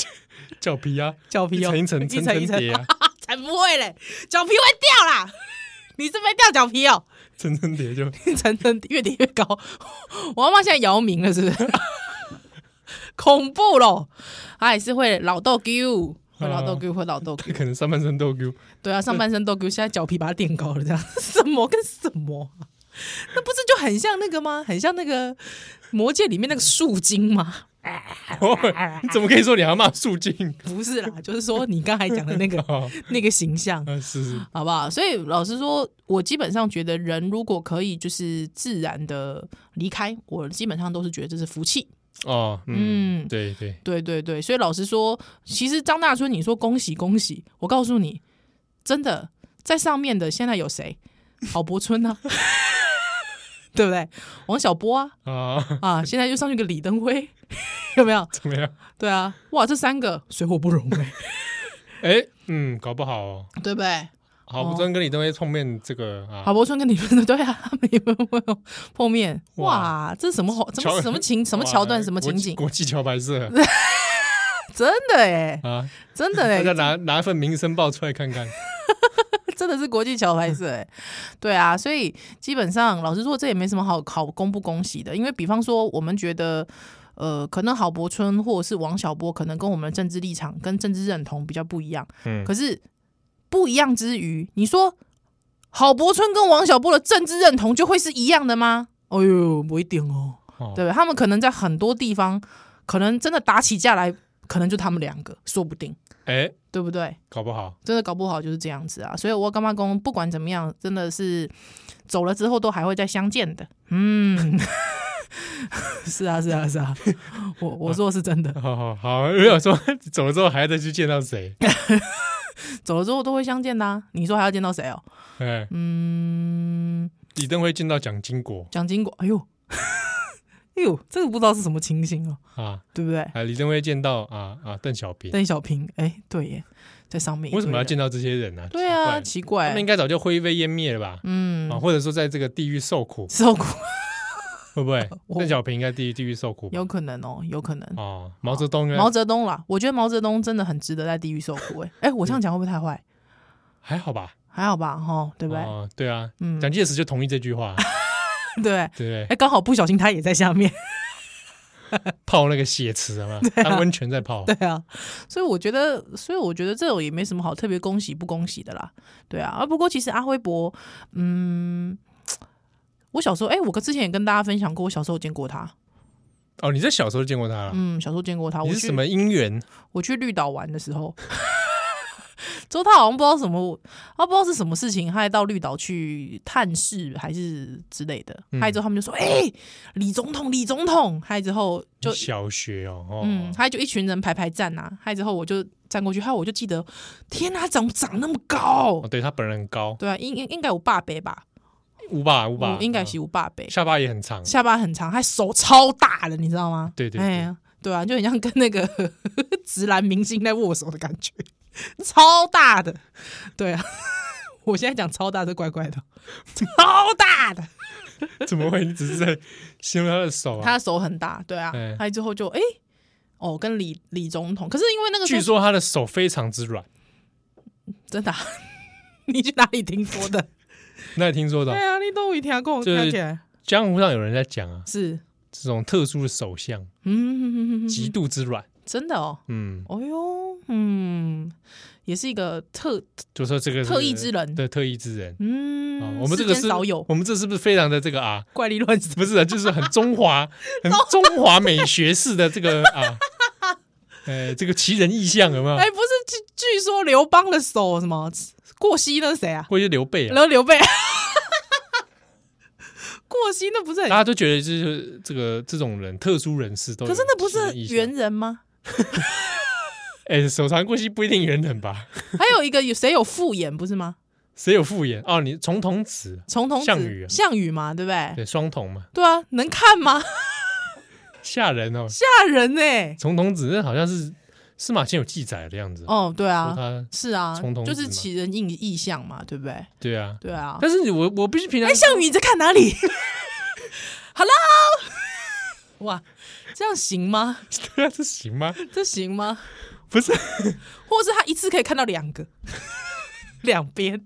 Speaker 1: 脚皮啊，
Speaker 2: 脚皮
Speaker 1: 一
Speaker 2: 哦，
Speaker 1: 层一层层层叠啊，
Speaker 2: 才不会嘞，脚皮会掉啦！ 你是没掉脚皮哦？
Speaker 1: 层层叠就
Speaker 2: 层层越叠越高。 我阿妈现在姚明了，是不是？ 恐怖咯，她也是会老豆丢，会老豆丢，会老豆丢。
Speaker 1: 可能上半身都 丢，
Speaker 2: 对啊，上半身豆丢，现在脚皮把它垫高了，这样 什么跟什么啊、那不是就很像那个吗？很像那个《魔戒》里面那个树精吗？
Speaker 1: 哦你怎么可以说你阿嬷肃静？
Speaker 2: 不是啦，就是说你刚才讲的那个
Speaker 1: 哦
Speaker 2: 那个形象。
Speaker 1: 啊，是是，
Speaker 2: 好不好？所以老实说，我基本上觉得人如果可以就是自然的离开，我基本上都是觉得这是福气。
Speaker 1: 哦，嗯，
Speaker 2: 嗯，
Speaker 1: 对对，
Speaker 2: 对对对，所以老实说，其实张大春，你说恭喜恭喜，我告诉你，真的在上面的现在有谁？郝柏村呢、啊， 对不对？王小波啊，
Speaker 1: 啊，
Speaker 2: 啊，现在又上去个李登辉， 有没有？
Speaker 1: 怎么样？
Speaker 2: 对啊，哇，这三 个水火不容
Speaker 1: 欸
Speaker 2: 哎、
Speaker 1: 哎，嗯，搞不好哦，
Speaker 2: 对不对？哦
Speaker 1: 好不真跟李登辉碰面这个啊
Speaker 2: 郝，柏村跟李登辉， 对啊，他们有没有碰面？
Speaker 1: 哇
Speaker 2: 哇，这是什么好什么
Speaker 1: 桥
Speaker 2: 什么情什么
Speaker 1: 哇哎
Speaker 2: 桥段什么
Speaker 1: 国
Speaker 2: 情
Speaker 1: 际
Speaker 2: 景？
Speaker 1: 国际桥牌 社
Speaker 2: 真的哎、
Speaker 1: 啊，
Speaker 2: 真的 哎、
Speaker 1: 大家拿拿份《民生报》出来看看，
Speaker 2: 真的是国际桥牌社、欸，对啊，所以基本上老实说，这也没什么好好恭不恭喜的，因为比方说，我们觉得，呃，可能郝柏村或者是王小波，可能跟我们的政治立场跟政治认同比较不一样，
Speaker 1: 嗯
Speaker 2: 可是不一样之余，你说郝柏村跟王小波的政治认同就会是一样的吗？哎呦，不一定哦，
Speaker 1: 哦
Speaker 2: 对不对？他们可能在很多地方，可能真的打起架来，可能就他们两个，说不定，
Speaker 1: 哎，
Speaker 2: 对不对？
Speaker 1: 搞不好，
Speaker 2: 真的搞不好就是这样子啊。所以我干妈公不管怎么样，真的是走了之后都还会再相见的。嗯， 是啊，是啊，是啊，我我说的是真的，
Speaker 1: 好好好，如果说走了之后还要再去见到谁，
Speaker 2: 走了之后都会相见的、啊。你说还要见到谁哦？
Speaker 1: 哎，
Speaker 2: 嗯，
Speaker 1: 李登辉见到蒋经国
Speaker 2: 蒋经国，哎呦， 哎呦，这个不知道是什么情形哦，
Speaker 1: 啊，
Speaker 2: 对不对？
Speaker 1: 啊，李登辉见到啊啊邓小平，
Speaker 2: 邓小平，哎，对耶，在上面一堆
Speaker 1: 为什么要
Speaker 2: 人？
Speaker 1: 见到这些人呢？
Speaker 2: 对啊，
Speaker 1: 奇
Speaker 2: 奇
Speaker 1: 怪
Speaker 2: 怪，
Speaker 1: 他们应该早就灰飞烟灭了吧？
Speaker 2: 嗯
Speaker 1: 啊，，或者说在这个地狱受苦，
Speaker 2: 受苦，
Speaker 1: 会不会？
Speaker 2: 我
Speaker 1: 邓小平应该地狱地狱受苦吧？
Speaker 2: 有可能哦，有可能。
Speaker 1: 哦，毛泽东应该
Speaker 2: 毛泽东啦，我觉得毛泽东真的很值得在地狱受苦、 欸。哎、我这样讲会不会太坏？
Speaker 1: 还好吧？
Speaker 2: 还好吧，哈，
Speaker 1: 对
Speaker 2: 对不对？
Speaker 1: 哦，对啊，
Speaker 2: 嗯，
Speaker 1: 蒋介石就同意这句话，
Speaker 2: 对 不对。哎、
Speaker 1: 对 不对？
Speaker 2: 刚好不小心他也在下面，
Speaker 1: 泡那个血池嘛，当温泉在泡
Speaker 2: 啊对啊，所以我觉得，所以我觉得这种也没什么好特别恭喜不恭喜的啦，对啊。啊，不过其实阿辉伯，嗯，我小时候，哎、我之前也跟大家分享过，我小时候见过他，
Speaker 1: 哦。你在小时候见过他了？
Speaker 2: 嗯，小时候见过他，
Speaker 1: 你
Speaker 2: 我
Speaker 1: 是
Speaker 2: 去
Speaker 1: 什么姻缘？
Speaker 2: 我去绿岛玩的时候，之后他好像不知道什么，啊他不知道是什么事情，他还到绿岛去探视还是之类的。
Speaker 1: 嗯
Speaker 2: 嗨、之后他们就说：“哎、李总统，李总统！”嗨之后就
Speaker 1: 小学哦，哦
Speaker 2: 嗯，嗨就一群人排排站呐、啊。嗨之后我就站过去，嗨我就记得，天哪、怎么长那么高
Speaker 1: 哦，？对他本人很高，
Speaker 2: 对啊，应应应该有八倍吧，
Speaker 1: 五把五把，
Speaker 2: 嗯应该
Speaker 1: 嗯
Speaker 2: 是有八倍，
Speaker 1: 下巴也很长，
Speaker 2: 下巴很长，还手超大的，你知道吗？
Speaker 1: 对对对
Speaker 2: 哎呀，对啊，就很像跟那个 直男明星在握手的感觉，超大的，对啊。 我现在讲超大是怪怪的，超大的，
Speaker 1: 怎么会？你只是在形容他的手
Speaker 2: 他
Speaker 1: 啊？
Speaker 2: 的手很大，对啊
Speaker 1: 哎，
Speaker 2: 他之后就哎、哦，跟李李总统，可是因为那个时
Speaker 1: 据
Speaker 2: 候
Speaker 1: 说他的手非常之软，
Speaker 2: 真的啊、 你去哪里听说 的？
Speaker 1: 那你听说
Speaker 2: 对
Speaker 1: 的？
Speaker 2: 啊，你都有一条跟我
Speaker 1: 就是
Speaker 2: 跳起来
Speaker 1: 江湖上有人在讲啊，
Speaker 2: 是，
Speaker 1: 这种特殊的手相
Speaker 2: 嗯，
Speaker 1: 极度之软，
Speaker 2: 真的哦，
Speaker 1: 嗯，
Speaker 2: 哦哟，嗯，也是一个特
Speaker 1: 就说这个
Speaker 2: 特异之人，
Speaker 1: 对特异之人
Speaker 2: 嗯，
Speaker 1: 啊，我们这
Speaker 2: 世
Speaker 1: 个
Speaker 2: 间
Speaker 1: 是
Speaker 2: 少有
Speaker 1: 我们这是不是非常的这个啊？
Speaker 2: 怪力乱神，
Speaker 1: 不是啊，就是很中 华、很中华美学式的这个啊， 呃，这个奇人异象有没有？
Speaker 2: 哎，不是，据据说刘邦的手什么过膝那是谁啊？
Speaker 1: 或者是刘备啊
Speaker 2: 然，后刘备 过膝那 不是很
Speaker 1: 大家都觉得就是这个这种人特殊人士都有
Speaker 2: 可是那不
Speaker 1: 奇
Speaker 2: 是
Speaker 1: 人异象
Speaker 2: 猿人吗？
Speaker 1: 哎，手残过膝不一定圆人吧？
Speaker 2: 还有一个有谁有复眼不是吗？
Speaker 1: 谁有复眼哦？你重瞳子，
Speaker 2: 重瞳子
Speaker 1: 项羽啊
Speaker 2: 项羽嘛，对不对？
Speaker 1: 对，双瞳嘛，
Speaker 2: 对啊，能看吗？
Speaker 1: 吓人哦！
Speaker 2: 吓人呢、
Speaker 1: 重瞳子那好像是司马迁有记载的样子，说
Speaker 2: 哦，对啊，
Speaker 1: 他
Speaker 2: 是啊
Speaker 1: 重瞳，子
Speaker 2: 就
Speaker 1: 嘛
Speaker 2: 是奇人异异象嘛，对不对？
Speaker 1: 对啊，
Speaker 2: 对啊。
Speaker 1: 但是我我必须平常
Speaker 2: 哎，项羽你在看哪里 ？Hello，哇，这样行吗？
Speaker 1: 对啊，这行吗？
Speaker 2: 这行吗？
Speaker 1: 不是，
Speaker 2: 或是他一次可以看到两个， 两边，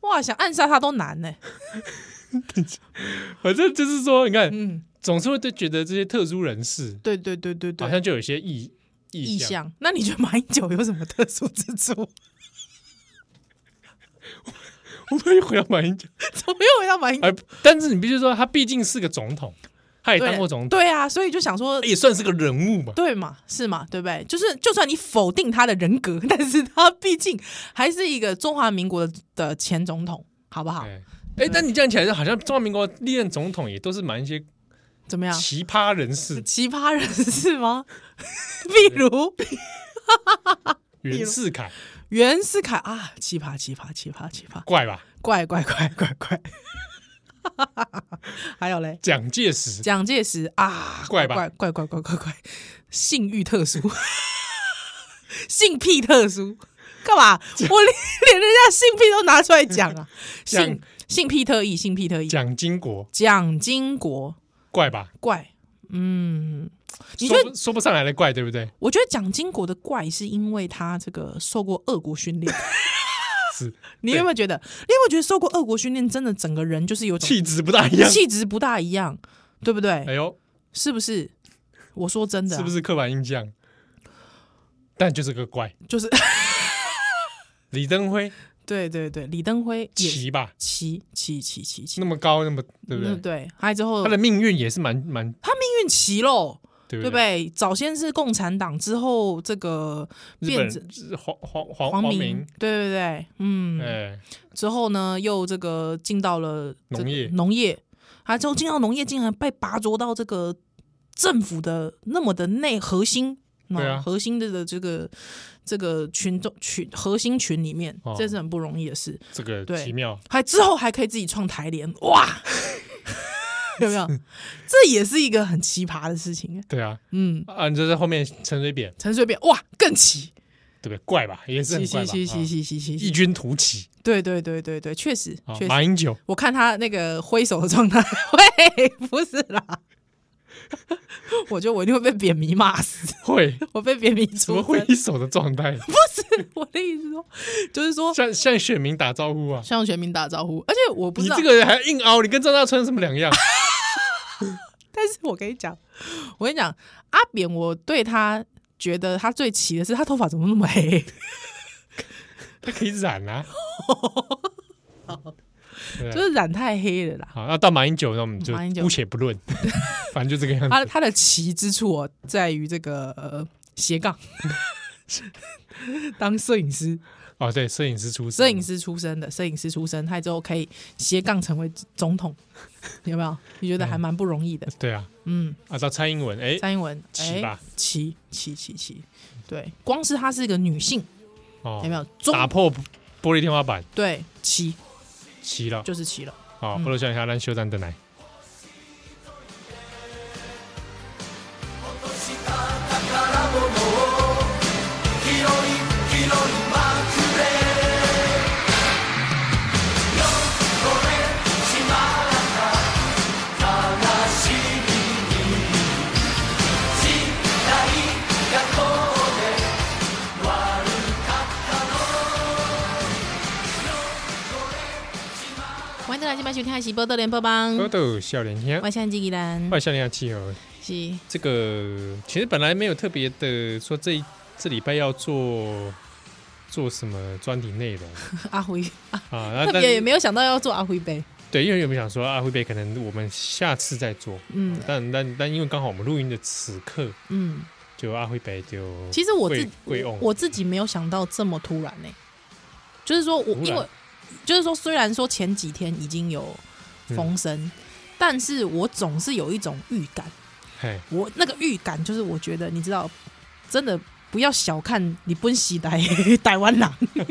Speaker 2: 哇，想暗杀他都难呢、
Speaker 1: 反正就是说，你看，
Speaker 2: 嗯，
Speaker 1: 总是会对觉得这些特殊人士
Speaker 2: 对对对对对
Speaker 1: 好，像就有一些异
Speaker 2: 意
Speaker 1: 异象。
Speaker 2: 向。那你觉得马英九有什么特殊之处？
Speaker 1: 我们又回到马英九，
Speaker 2: 怎么又回到马英九？
Speaker 1: 哎，但是你必须说，他毕竟是个总统，他也当过总统，
Speaker 2: 对啊，所以就想说，
Speaker 1: 也算是个人物嘛。
Speaker 2: 对嘛，是嘛，对不对？就是就算你否定他的人格，但是他毕竟还是一个中华民国的的前总统，好不好？
Speaker 1: 哎，哎但你这样起来，好像中华民国历任总统也都是蛮一些
Speaker 2: 怎么样？
Speaker 1: 奇葩人士、
Speaker 2: 奇葩人士吗？ 例如
Speaker 1: 袁世凯，
Speaker 2: 袁世凯啊，奇葩奇葩奇葩奇葩，
Speaker 1: 怪吧？
Speaker 2: 怪怪怪怪怪。还有嘞，
Speaker 1: 蒋介石，
Speaker 2: 蒋介石啊，
Speaker 1: 怪吧
Speaker 2: 怪怪怪怪怪怪，性欲特殊，性癖特殊，干嘛？我连连人家性癖都拿出来讲啊，
Speaker 1: 蒋
Speaker 2: 性性癖特异，性癖特异，
Speaker 1: 蒋经国，
Speaker 2: 蒋经国
Speaker 1: 怪吧？
Speaker 2: 怪，嗯，你嗯觉
Speaker 1: 说
Speaker 2: 得？
Speaker 1: 不说不上来的怪，对不对？
Speaker 2: 我觉得蒋经国的怪是因为他这个受过俄国训练，
Speaker 1: 是
Speaker 2: 你有没有觉得？你有没有觉得受过俄国训练，真的整个人就是有种
Speaker 1: 气质不大一样。
Speaker 2: 气质不大一样，对不对？
Speaker 1: 哎呦，
Speaker 2: 是不是？我说真的啊、
Speaker 1: 是不是刻板印象？但就是个怪，
Speaker 2: 就是
Speaker 1: 李登辉
Speaker 2: 对对对，李登辉也是
Speaker 1: 奇吧？
Speaker 2: 骑骑骑骑骑，
Speaker 1: 那么高，那么对不
Speaker 2: 嗯
Speaker 1: 对？
Speaker 2: 对，还之后
Speaker 1: 他的命运也是蛮蛮
Speaker 2: 命运骑喽，
Speaker 1: 对
Speaker 2: 对
Speaker 1: 不
Speaker 2: 不？对？早先是共产党，之后这个
Speaker 1: 日本
Speaker 2: 变成
Speaker 1: 人是黄黄黄
Speaker 2: 黄
Speaker 1: 明
Speaker 2: 明，，对对对，嗯，
Speaker 1: 哎，
Speaker 2: 之后呢又这个进到了这个嗯
Speaker 1: 农业
Speaker 2: 农业，啊，之后进到农业竟然被拔擢到这个政府的那么的内核心。
Speaker 1: 对啊
Speaker 2: 哦核心的这个这个群众群核心群里面
Speaker 1: 哦，
Speaker 2: 这是很不容易的事。
Speaker 1: 这个
Speaker 2: 对
Speaker 1: 奇妙，
Speaker 2: 还之后还可以自己创台联，哇， 有没 有？这也是一个很奇葩的事情。
Speaker 1: 对啊，
Speaker 2: 嗯，
Speaker 1: 啊，你就在后面陈水扁，
Speaker 2: 陈水扁哇更奇，
Speaker 1: 对不对？怪吧，也是
Speaker 2: 奇
Speaker 1: 很怪
Speaker 2: 奇
Speaker 1: 吧？
Speaker 2: 奇奇
Speaker 1: 啊
Speaker 2: 奇奇奇
Speaker 1: 异
Speaker 2: 奇，
Speaker 1: 军突起
Speaker 2: 对对对对对，确实
Speaker 1: 啊，
Speaker 2: 确实。
Speaker 1: 马英九，
Speaker 2: 我看他那个挥手的状态， 喂，不是啦， 我觉得我一定会被扁迷骂死，
Speaker 1: 会
Speaker 2: 我被扁迷
Speaker 1: 怎
Speaker 2: 出
Speaker 1: 么会
Speaker 2: 征。
Speaker 1: 一手的状态？
Speaker 2: 我的意思说，就是说
Speaker 1: 向向选民打招呼啊！
Speaker 2: 向全民打招呼，而且我不
Speaker 1: 你
Speaker 2: 知道
Speaker 1: 这个人还硬凹，你跟张大春有什么两样？
Speaker 2: 但是我跟你讲，我跟你讲，阿扁，我对他觉得他最奇的是他头发怎么那么黑，
Speaker 1: 他可以染 啊，对啊
Speaker 2: 就是染太黑了啦。
Speaker 1: 好，那到马英九，那我们就
Speaker 2: 马英九
Speaker 1: 姑且不 论，反正就这个样子。
Speaker 2: 他他的奇之处哦，在于这个、呃、斜杠， 当摄影师，
Speaker 1: 哦，对，摄影师出身，
Speaker 2: 摄影师出身的，摄影师出身，他之后可以斜杠成为总统， 有没有？
Speaker 1: 嗯
Speaker 2: 你觉得还蛮不容易的。
Speaker 1: 对啊，
Speaker 2: 嗯，
Speaker 1: 啊，到蔡英文，哎，
Speaker 2: 蔡英文，
Speaker 1: 奇吧
Speaker 2: 哎，奇奇奇奇，对，光是她是一个女性，
Speaker 1: 哦
Speaker 2: 有没，有？中
Speaker 1: 打破玻璃天花板，
Speaker 2: 对奇
Speaker 1: 齐了。
Speaker 2: 就是嗯奇了。
Speaker 1: 好，不如想一下，咱小等等来。我都有笑
Speaker 2: 欢迎大家今晚收听《喜波的联播帮》，
Speaker 1: 脸兄，
Speaker 2: 我是安吉吉兰嗯
Speaker 1: 嗯我。笑脸兄气候，
Speaker 2: 是
Speaker 1: 这个其实本来没有特别的说这一这礼拜要做做什么专题内容
Speaker 2: 阿辉，
Speaker 1: 啊，然后
Speaker 2: 特
Speaker 1: 但
Speaker 2: 别也没有想到要做阿辉杯，
Speaker 1: 对，因为有没有想说啊会被可能我们下次再做，
Speaker 2: 嗯
Speaker 1: 但但但因为刚好我们录音的此刻，
Speaker 2: 嗯，
Speaker 1: 就啊阿辉北就
Speaker 2: 其实我自
Speaker 1: 贵贵哦翁
Speaker 2: 我自己没有想到这么突然呢、就是说我
Speaker 1: 突然
Speaker 2: 因为就是说虽然说前几天已经有风声，
Speaker 1: 嗯
Speaker 2: 但是我总是有一种预感，
Speaker 1: 嘿，
Speaker 2: 我那个预感就是我觉得你知道，真的不要小看你本时代 的台湾人， 哎、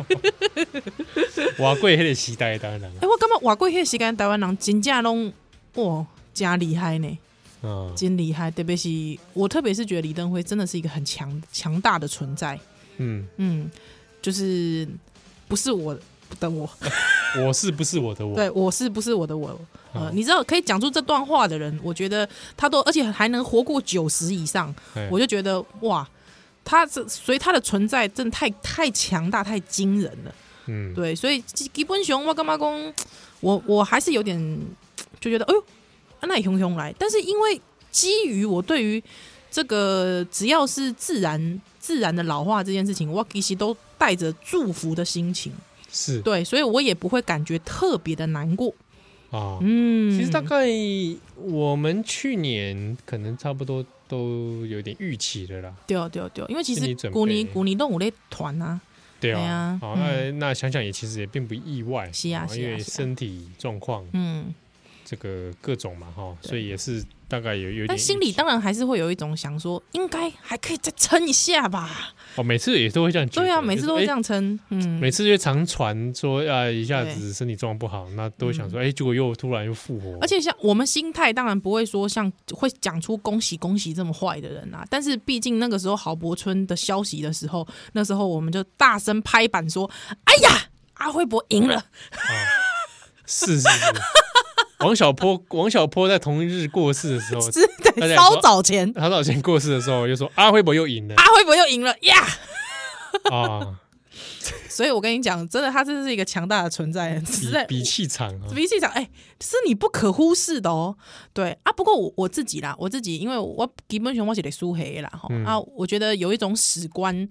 Speaker 1: 瓦贵黑的期待当然了，
Speaker 2: 哎我感觉外过迄个时间台湾人真正拢哇真厉害呢、
Speaker 1: 嗯
Speaker 2: 真厉害，特别是我特别是觉得李登辉真的是一个很强强大的存在，
Speaker 1: 嗯，
Speaker 2: 嗯，就是不是我的我，
Speaker 1: 我是不是我的啊我？
Speaker 2: 对我是不是我的我？呃
Speaker 1: 嗯，
Speaker 2: 你知道可以讲出这段话的人，我觉得他都而且还能活过九十以上，
Speaker 1: 嘿
Speaker 2: 我就觉得哇，他这所以他的存在真的太太强大、太惊人了。
Speaker 1: 嗯，
Speaker 2: 对，所以基基本熊我干嘛公，我我还是有点就觉得，哎呦，啊那也熊熊来。但是因为基于我对于这个只要是自然自然的老化这件事情，我其实都带着祝福的心情，
Speaker 1: 是
Speaker 2: 对，所以我也不会感觉特别的难过。
Speaker 1: 啊。
Speaker 2: 嗯，
Speaker 1: 其实大概我们去年可能差不多都有点预期的啦，
Speaker 2: 对对对，因为其
Speaker 1: 心理
Speaker 2: 实
Speaker 1: 准
Speaker 2: 古尼
Speaker 1: 备
Speaker 2: 古尼动物类团啊，
Speaker 1: 对
Speaker 2: 对
Speaker 1: 啊
Speaker 2: 啊，
Speaker 1: 好，那
Speaker 2: 嗯
Speaker 1: 那想想也其实也并不意外，
Speaker 2: 是啊是啊
Speaker 1: 哦因为
Speaker 2: 是啊
Speaker 1: 身体状况
Speaker 2: 嗯，
Speaker 1: 这个各种嘛哈，
Speaker 2: 对
Speaker 1: 所以也是大概有有点
Speaker 2: 但
Speaker 1: 预
Speaker 2: 心里
Speaker 1: 期
Speaker 2: 当然还是会有一种想说，应该还可以再撑一下吧。
Speaker 1: 哦，每次也都会这样觉得，
Speaker 2: 对啊，每次都
Speaker 1: 就
Speaker 2: 会
Speaker 1: 是
Speaker 2: 这。样撑，
Speaker 1: 哎
Speaker 2: 嗯，
Speaker 1: 每次就常传说啊，一下子身体状况不好，那都会想说，哎、结果又突然又复活，
Speaker 2: 嗯而且像我们心态当然不会说像会讲出恭喜恭喜这么坏的人啊，但是毕竟那个时候郝柏村的消息的时候，那时候我们就大声拍板说：“哎呀，阿辉伯赢了
Speaker 1: 是是是，王小波， 王小波在同一日过世的时候！”，
Speaker 2: 是
Speaker 1: 大
Speaker 2: 的，
Speaker 1: 家说
Speaker 2: 稍早前
Speaker 1: 他早前过世的时候就说啊阿辉伯又赢了
Speaker 2: 阿辉伯又赢了呀。
Speaker 1: 啊，
Speaker 2: 所以我跟你讲，真的，他真的是一个强大的存在，
Speaker 1: 比
Speaker 2: 实在
Speaker 1: 比气场啊，
Speaker 2: 脾气长，哎、是你不可忽视的哦。对啊，不过我我自己啦，我自己因为我基本上我写的书黑啦哈、啊，我觉得有一种史观，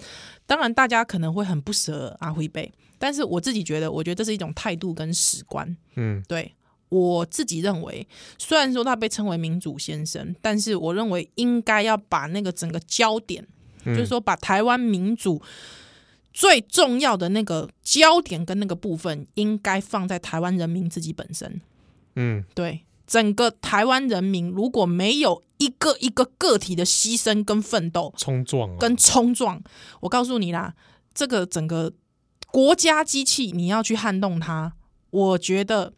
Speaker 2: 当然大家可能会很不舍阿辉贝，但是我自己觉得，我觉得这是一种态度跟史观。
Speaker 1: 嗯
Speaker 2: 对我自己认为，虽然说他被称为民主先生，但是我认为应该要把那个整个焦点，
Speaker 1: 嗯
Speaker 2: 就是说把台湾民主最重要的那个焦点跟那个部分，应该放在台湾人民自己本身。
Speaker 1: 嗯，
Speaker 2: 对，整个台湾人民如果没有一个一个个体的牺牲跟奋斗
Speaker 1: 冲撞、啊，
Speaker 2: 跟冲撞，我告诉你啦，这个整个国家机器你要去撼动它，我觉得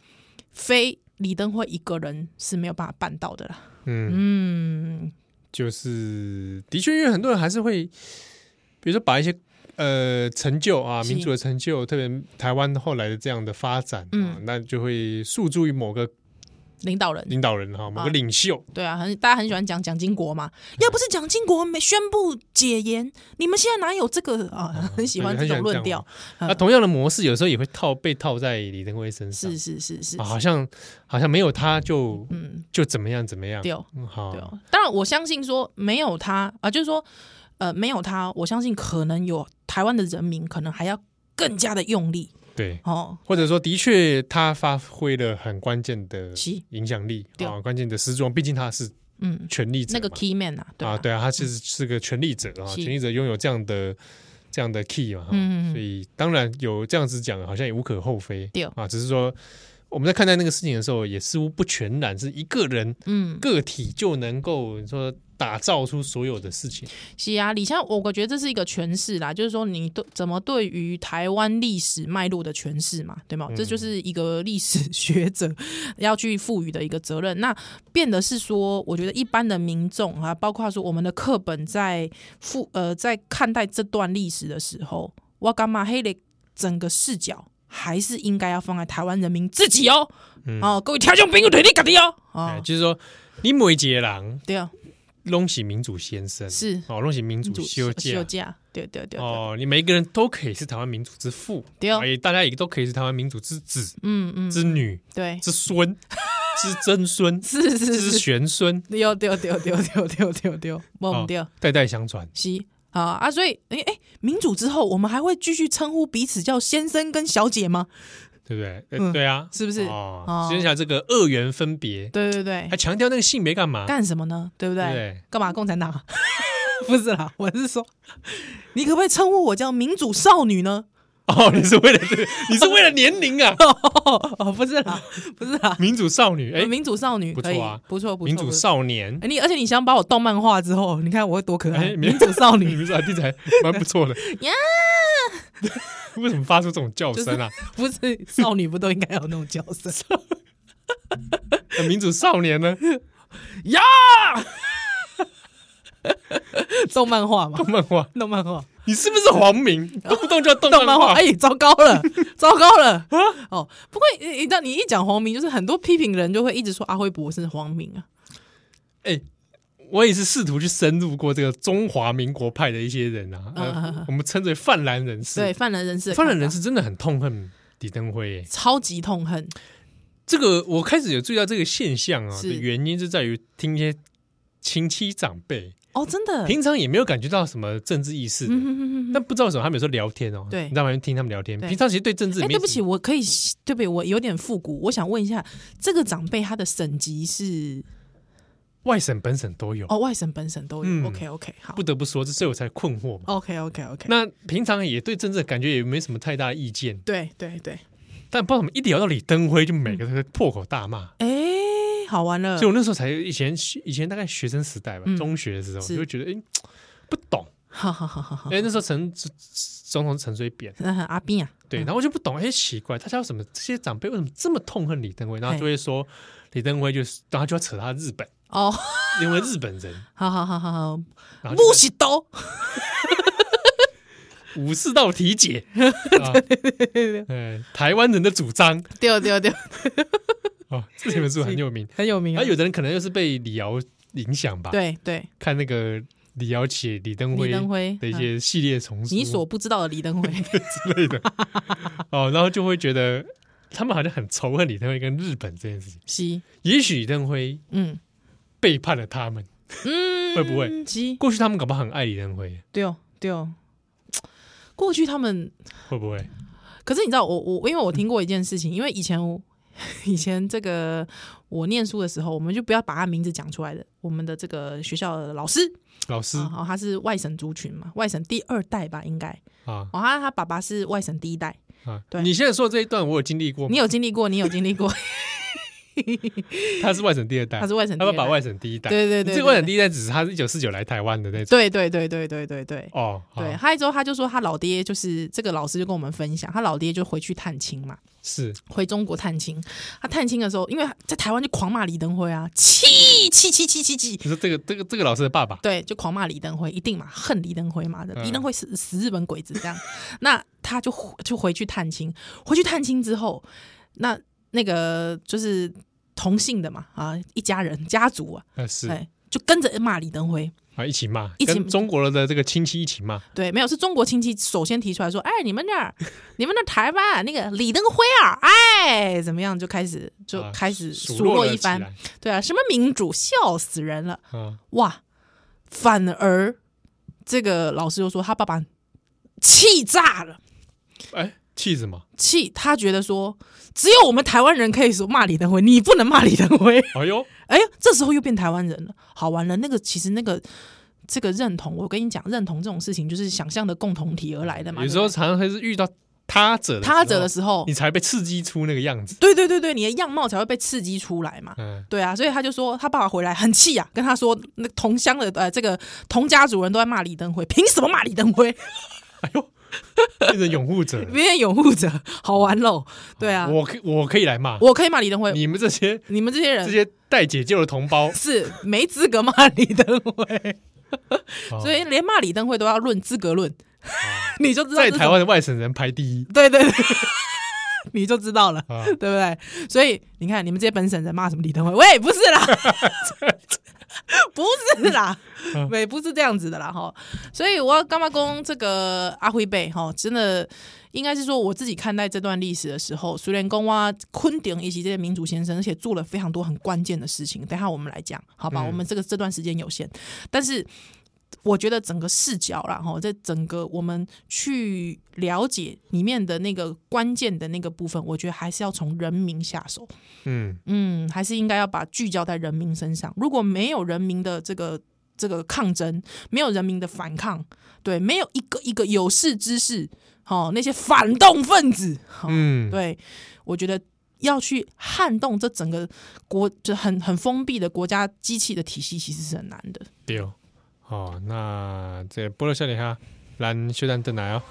Speaker 2: 非李登辉一个人是没有办法办到的啦。
Speaker 1: 嗯，
Speaker 2: 嗯，
Speaker 1: 就是的确，因为很多人还是会，比如说把一些呃成就啊，
Speaker 2: 是
Speaker 1: 民主的成就，特别台湾后来的这样的发展、啊，
Speaker 2: 嗯
Speaker 1: 那就会诉诸于某个
Speaker 2: 领导人
Speaker 1: 领导人哈、某个
Speaker 2: 啊
Speaker 1: 领袖，
Speaker 2: 对啊，很大家很喜欢讲蒋经国嘛，要不是蒋经国没宣布解严，你们现在哪有这个啊？很喜欢
Speaker 1: 对
Speaker 2: 这
Speaker 1: 哦很喜欢
Speaker 2: 种论
Speaker 1: 这样
Speaker 2: 调，嗯
Speaker 1: 那、同样的模式有时候也会套被套在李登辉身上，
Speaker 2: 是是是是
Speaker 1: 啊、，好像好像没有他就
Speaker 2: 嗯，
Speaker 1: 就怎么样怎么样，
Speaker 2: 对哦。
Speaker 1: 嗯好，
Speaker 2: 对哦，当然我相信说没有他啊、就是说呃没有他，我相信可能有台湾的人民可能还要更加的用力
Speaker 1: 对
Speaker 2: 哦。
Speaker 1: 或者说的确他发挥了很关键的
Speaker 2: 是
Speaker 1: 影响力
Speaker 2: 对
Speaker 1: 啊，关键的时装，毕竟他是
Speaker 2: 嗯，
Speaker 1: 权力者
Speaker 2: 那个
Speaker 1: 嘛
Speaker 2: key man 啊，对吧
Speaker 1: 啊，对啊，他其实是个权力者啊，
Speaker 2: 是
Speaker 1: 权力者拥有这样的这样的 key 嘛，哈
Speaker 2: 嗯嗯嗯
Speaker 1: 所以当然有这样子讲，好像也无可厚非，
Speaker 2: 对
Speaker 1: 啊，只是说我们在看待那个事情的时候，也似乎不全然是一个人
Speaker 2: 嗯，
Speaker 1: 个体就能够说打造出所有的事情，
Speaker 2: 是啊，李像我我觉得这是一个诠释啦，就是说你对怎么对于台湾历史脉络的诠释嘛，对
Speaker 1: 嗯
Speaker 2: 吗？这就是一个历史学者要去赋予的一个责任。那变得是说，我觉得一般的民众啊，包括说我们的课本在赋呃在看待这段历史的时候，我干嘛黑的整个视角。还是应该要放在台湾人民自己哦，
Speaker 1: 嗯
Speaker 2: 哦，各位听众朋友，对你搞的哦，
Speaker 1: 哎
Speaker 2: 哦，
Speaker 1: 就是说你每一个人
Speaker 2: 对啊，
Speaker 1: 拢是民主先生，
Speaker 2: 是
Speaker 1: 哦，拢是民主修
Speaker 2: 休
Speaker 1: 建。
Speaker 2: 假，对对对，对
Speaker 1: 哦，你每一个人都可以是台湾民主之父，
Speaker 2: 对哦
Speaker 1: 哎，大家也都可以是台湾民主之子、
Speaker 2: 嗯嗯，
Speaker 1: 之女、
Speaker 2: 对，
Speaker 1: 之孙，知曾孙，
Speaker 2: 是
Speaker 1: 知
Speaker 2: 是是，
Speaker 1: 玄孙，
Speaker 2: 丢丢丢丢丢丢丢丢，忘不掉，
Speaker 1: 代代相传。
Speaker 2: 是啊啊，所以哎哎，民主之后，我们还会继续称呼彼此叫先生跟小姐吗？
Speaker 1: 对不对？
Speaker 2: 嗯
Speaker 1: 呃、对啊，
Speaker 2: 是不是
Speaker 1: 哦
Speaker 2: 哦，接
Speaker 1: 接下来这个二元分别，
Speaker 2: 对对对
Speaker 1: 还，强调那个性别干嘛？
Speaker 2: 干什么呢？对不
Speaker 1: 对不
Speaker 2: 对？
Speaker 1: 对？
Speaker 2: 干嘛共产党啊？ 不是啦，我是说，你可不可以称呼我叫民主少女呢？
Speaker 1: 哦，你是为了这个，你是为了年龄啊？
Speaker 2: 哦，不是啦，不是啦，
Speaker 1: 民主少女，哎，
Speaker 2: 民主少女
Speaker 1: 不
Speaker 2: 可以
Speaker 1: 错啊，
Speaker 2: 不错不错，
Speaker 1: 民主
Speaker 2: 不错
Speaker 1: 少年，
Speaker 2: 哎你而且你想把我动漫化之后，你看我会多可爱，
Speaker 1: 哎没有
Speaker 2: 民主少
Speaker 1: 你
Speaker 2: 女
Speaker 1: 们是啊，听起来蛮不错的
Speaker 2: 呀。
Speaker 1: 为什么发出这种叫声啊？
Speaker 2: 不是少女，不都应该有那种角色？
Speaker 1: 那民主少年呢？
Speaker 2: 呀，动漫化嘛，
Speaker 1: 动漫画，
Speaker 2: 动漫 化，
Speaker 1: 你是不是黄明？动不动就要动
Speaker 2: 动
Speaker 1: 漫
Speaker 2: 漫化，
Speaker 1: 画？啊
Speaker 2: 哎，糟糕 了，糟糕了，哦，不过你你知道你一讲黄明，就是很多批评人就会一直说阿辉博士黄明啊，
Speaker 1: 哎，我也是试图去深入过这个中华民国派的一些人啊，
Speaker 2: 嗯嗯
Speaker 1: 呃
Speaker 2: 嗯
Speaker 1: 我们称之为泛蓝人士。
Speaker 2: 对，犯人人士，
Speaker 1: 犯人人。是真的很痛恨李登辉耶。
Speaker 2: 超级痛恨，
Speaker 1: 这个我开始有注意到这个现象啊，
Speaker 2: 是
Speaker 1: 的原因就在于听一些亲戚长辈，
Speaker 2: 哦，真的，
Speaker 1: 平常也没有感觉到什么政治意识的，
Speaker 2: 嗯哼哼哼哼
Speaker 1: 但不知道为什么他们有时候聊天哦，
Speaker 2: 对
Speaker 1: 你在旁边听他们聊天，
Speaker 2: 对
Speaker 1: 平常其实对政治
Speaker 2: 哎、
Speaker 1: 没
Speaker 2: 对不起，
Speaker 1: 什么，
Speaker 2: 我可以，对不起，我有点复古，我想问一下，这个长辈他的省级是
Speaker 1: 外省本省都有，
Speaker 2: 哦，外省本省都有、
Speaker 1: 嗯
Speaker 2: o k OK，好
Speaker 1: 不得不说，这所以我才困惑嘛。
Speaker 2: ，OK OK OK，
Speaker 1: 那平常也对政治感觉也没什么太大的意见，
Speaker 2: 对对对，
Speaker 1: 但不知道怎么一聊到李登辉，就每个都在破口大骂。
Speaker 2: 哎、好玩了
Speaker 1: 所以，我那时候才以前以前大概学生时代吧，
Speaker 2: 嗯
Speaker 1: 中学的时候
Speaker 2: 是
Speaker 1: 就会觉得，哎，不懂，
Speaker 2: 哈哈哈哈哈
Speaker 1: 因，哎为那时候陈总统是陈水扁。
Speaker 2: 那 阿斌啊，
Speaker 1: 对，然后我就不懂，哎，奇怪，大家为什么这些长辈为什么这么痛恨李登辉？然后就会说李登辉就是，然后就要扯他日本，
Speaker 2: 哦，
Speaker 1: 因为日本人，
Speaker 2: 好好好好好，
Speaker 1: 然后
Speaker 2: 不许都，
Speaker 1: 就武士道体 解，啊哎，台湾人的主张
Speaker 2: 对对对，
Speaker 1: 啊，这本书很有名。
Speaker 2: 很有名
Speaker 1: 然
Speaker 2: 啊
Speaker 1: 哎后，有的人可能又是被李敖影响吧，
Speaker 2: 对对，
Speaker 1: 看那个李敖写李登辉
Speaker 2: 李登辉嗯
Speaker 1: 的一些系列丛书，
Speaker 2: 你所不知道的李 登辉，
Speaker 1: 之类的，哦，然后就会觉得他们好像很仇恨李登辉跟日本这件事情。
Speaker 2: 是，
Speaker 1: 也许李登辉
Speaker 2: 嗯
Speaker 1: 背叛了他们，
Speaker 2: 嗯，
Speaker 1: 会不会
Speaker 2: 是，
Speaker 1: 过去他们搞不好很爱李登辉，
Speaker 2: 对哦对哦，过去他们
Speaker 1: 会不会？
Speaker 2: 可是你知道，我我因为我听过一件事情，因为以前我 以前这个我念书的时候，我们就不要把他名字讲出来的。我们的这个学校的老师，
Speaker 1: 老师
Speaker 2: 啊，好、他是外省族群嘛，外省第二代吧，应该。
Speaker 1: 啊
Speaker 2: 哦，他他爸爸是外省第一代，
Speaker 1: 啊
Speaker 2: 对！
Speaker 1: 你现在说这一段我有经历过吗，
Speaker 2: 你有经历过，你有经 历过，
Speaker 1: 他是外省第二代，
Speaker 2: 他是外省
Speaker 1: 啊
Speaker 2: 第
Speaker 1: 他
Speaker 2: 二
Speaker 1: 爸
Speaker 2: 代，
Speaker 1: 爸外省第一代，
Speaker 2: 对对对
Speaker 1: 你
Speaker 2: 对，
Speaker 1: 这个外省第一代只是他一九四九来台湾的那种，
Speaker 2: 对对对对对对对。
Speaker 1: 哦，好
Speaker 2: 对，还有之后他就说他老爹就是这个老师就跟我们分享，他老爹就回去探亲嘛，
Speaker 1: 是
Speaker 2: 回中国探亲。他探亲的时候，因为他在台湾就狂骂李登辉啊，气气气气气气，
Speaker 1: 你说这个这个这个老师的爸爸
Speaker 2: 对，就狂骂李登辉，一定嘛，恨李登辉嘛，
Speaker 1: 嗯
Speaker 2: 李登辉是死日本鬼子这样。那他就回就回去探亲，回去探亲之后，那那个就是同姓的嘛，啊，一家人家族啊，
Speaker 1: 呃是
Speaker 2: 对，就跟着骂李登辉。
Speaker 1: 啊一起骂，
Speaker 2: 一起
Speaker 1: 跟中国的这个亲戚一起骂，
Speaker 2: 对，没有是中国亲戚首先提出来说，哎，你们那儿，你们那台湾啊那个李登辉啊，哎，怎么样，就开始就
Speaker 1: 啊
Speaker 2: 开始数
Speaker 1: 落
Speaker 2: 落
Speaker 1: 了
Speaker 2: 一
Speaker 1: 起
Speaker 2: 番，
Speaker 1: 来
Speaker 2: 对啊，什么民主，笑死人了。
Speaker 1: 啊，
Speaker 2: 哇，反而这个老师又说他爸爸气炸了，
Speaker 1: 哎气什么？
Speaker 2: 气他觉得说只有我们台湾人可以说骂李登辉，你不能骂李登辉。
Speaker 1: 哎呦，
Speaker 2: 哎，这时候又变台湾人了，好玩了。那个其实那个这个认同，我跟你讲，认同这种事情就是想象的共同体而来的嘛。
Speaker 1: 有时
Speaker 2: 对
Speaker 1: 候
Speaker 2: 不对
Speaker 1: 常常会是遇到他者的时候
Speaker 2: 他者的时候
Speaker 1: 你，才被刺激出那个样子。
Speaker 2: 对对对对，你的样貌才会被刺激出来嘛。
Speaker 1: 嗯，
Speaker 2: 对啊，所以他就说他爸爸回来很气啊，跟他说那同乡的呃这个同家族人都在骂李登辉，凭什么骂李登辉？
Speaker 1: 哎呦，变成拥护者了，
Speaker 2: 别人拥护者，好玩喽。对啊，我
Speaker 1: 我可我可以来骂
Speaker 2: 可以骂李登辉，你
Speaker 1: 你们这些
Speaker 2: 们这些
Speaker 1: 这
Speaker 2: 人
Speaker 1: 些带解救的同 胞，
Speaker 2: 是没资格骂李登辉，
Speaker 1: 哦
Speaker 2: 所以连骂李登辉都要论资格论， 你就知道
Speaker 1: 在
Speaker 2: 这种
Speaker 1: 台，湾的外省人排第一
Speaker 2: 对对对， 你就知道了。
Speaker 1: 啊。
Speaker 2: 对不对？所以你看，你们这些本省人骂什么李登辉？喂，不是啦，不是啦，没不是这样子的啦哈。所以我要干嘛攻这个阿辉贝哈？真的，应该是说我自己看待这段历史的时候，苏联公啊、昆鼎以及这些民族先生，而且做了非常多很关键的事情。等一下我们来讲，好吧？
Speaker 1: 嗯
Speaker 2: 我们这个这段时间有限，但是我觉得整个视角啦，哈，这整个我们去了解里面的那个关键的那个部分，我觉得还是要从人民下手。
Speaker 1: 嗯
Speaker 2: 嗯，还是应该要把聚焦在人民身上。如果没有人民的这个这个抗争，没有人民的反抗，对，没有一个一个有识之士，哦，那些反动分子，哦
Speaker 1: 嗯，
Speaker 2: 对我觉得要去撼动这整个国，就很很封闭的国家机器的体系，其实是很难的。
Speaker 1: 对哦，那这波罗少年哈，咱小等等来哦。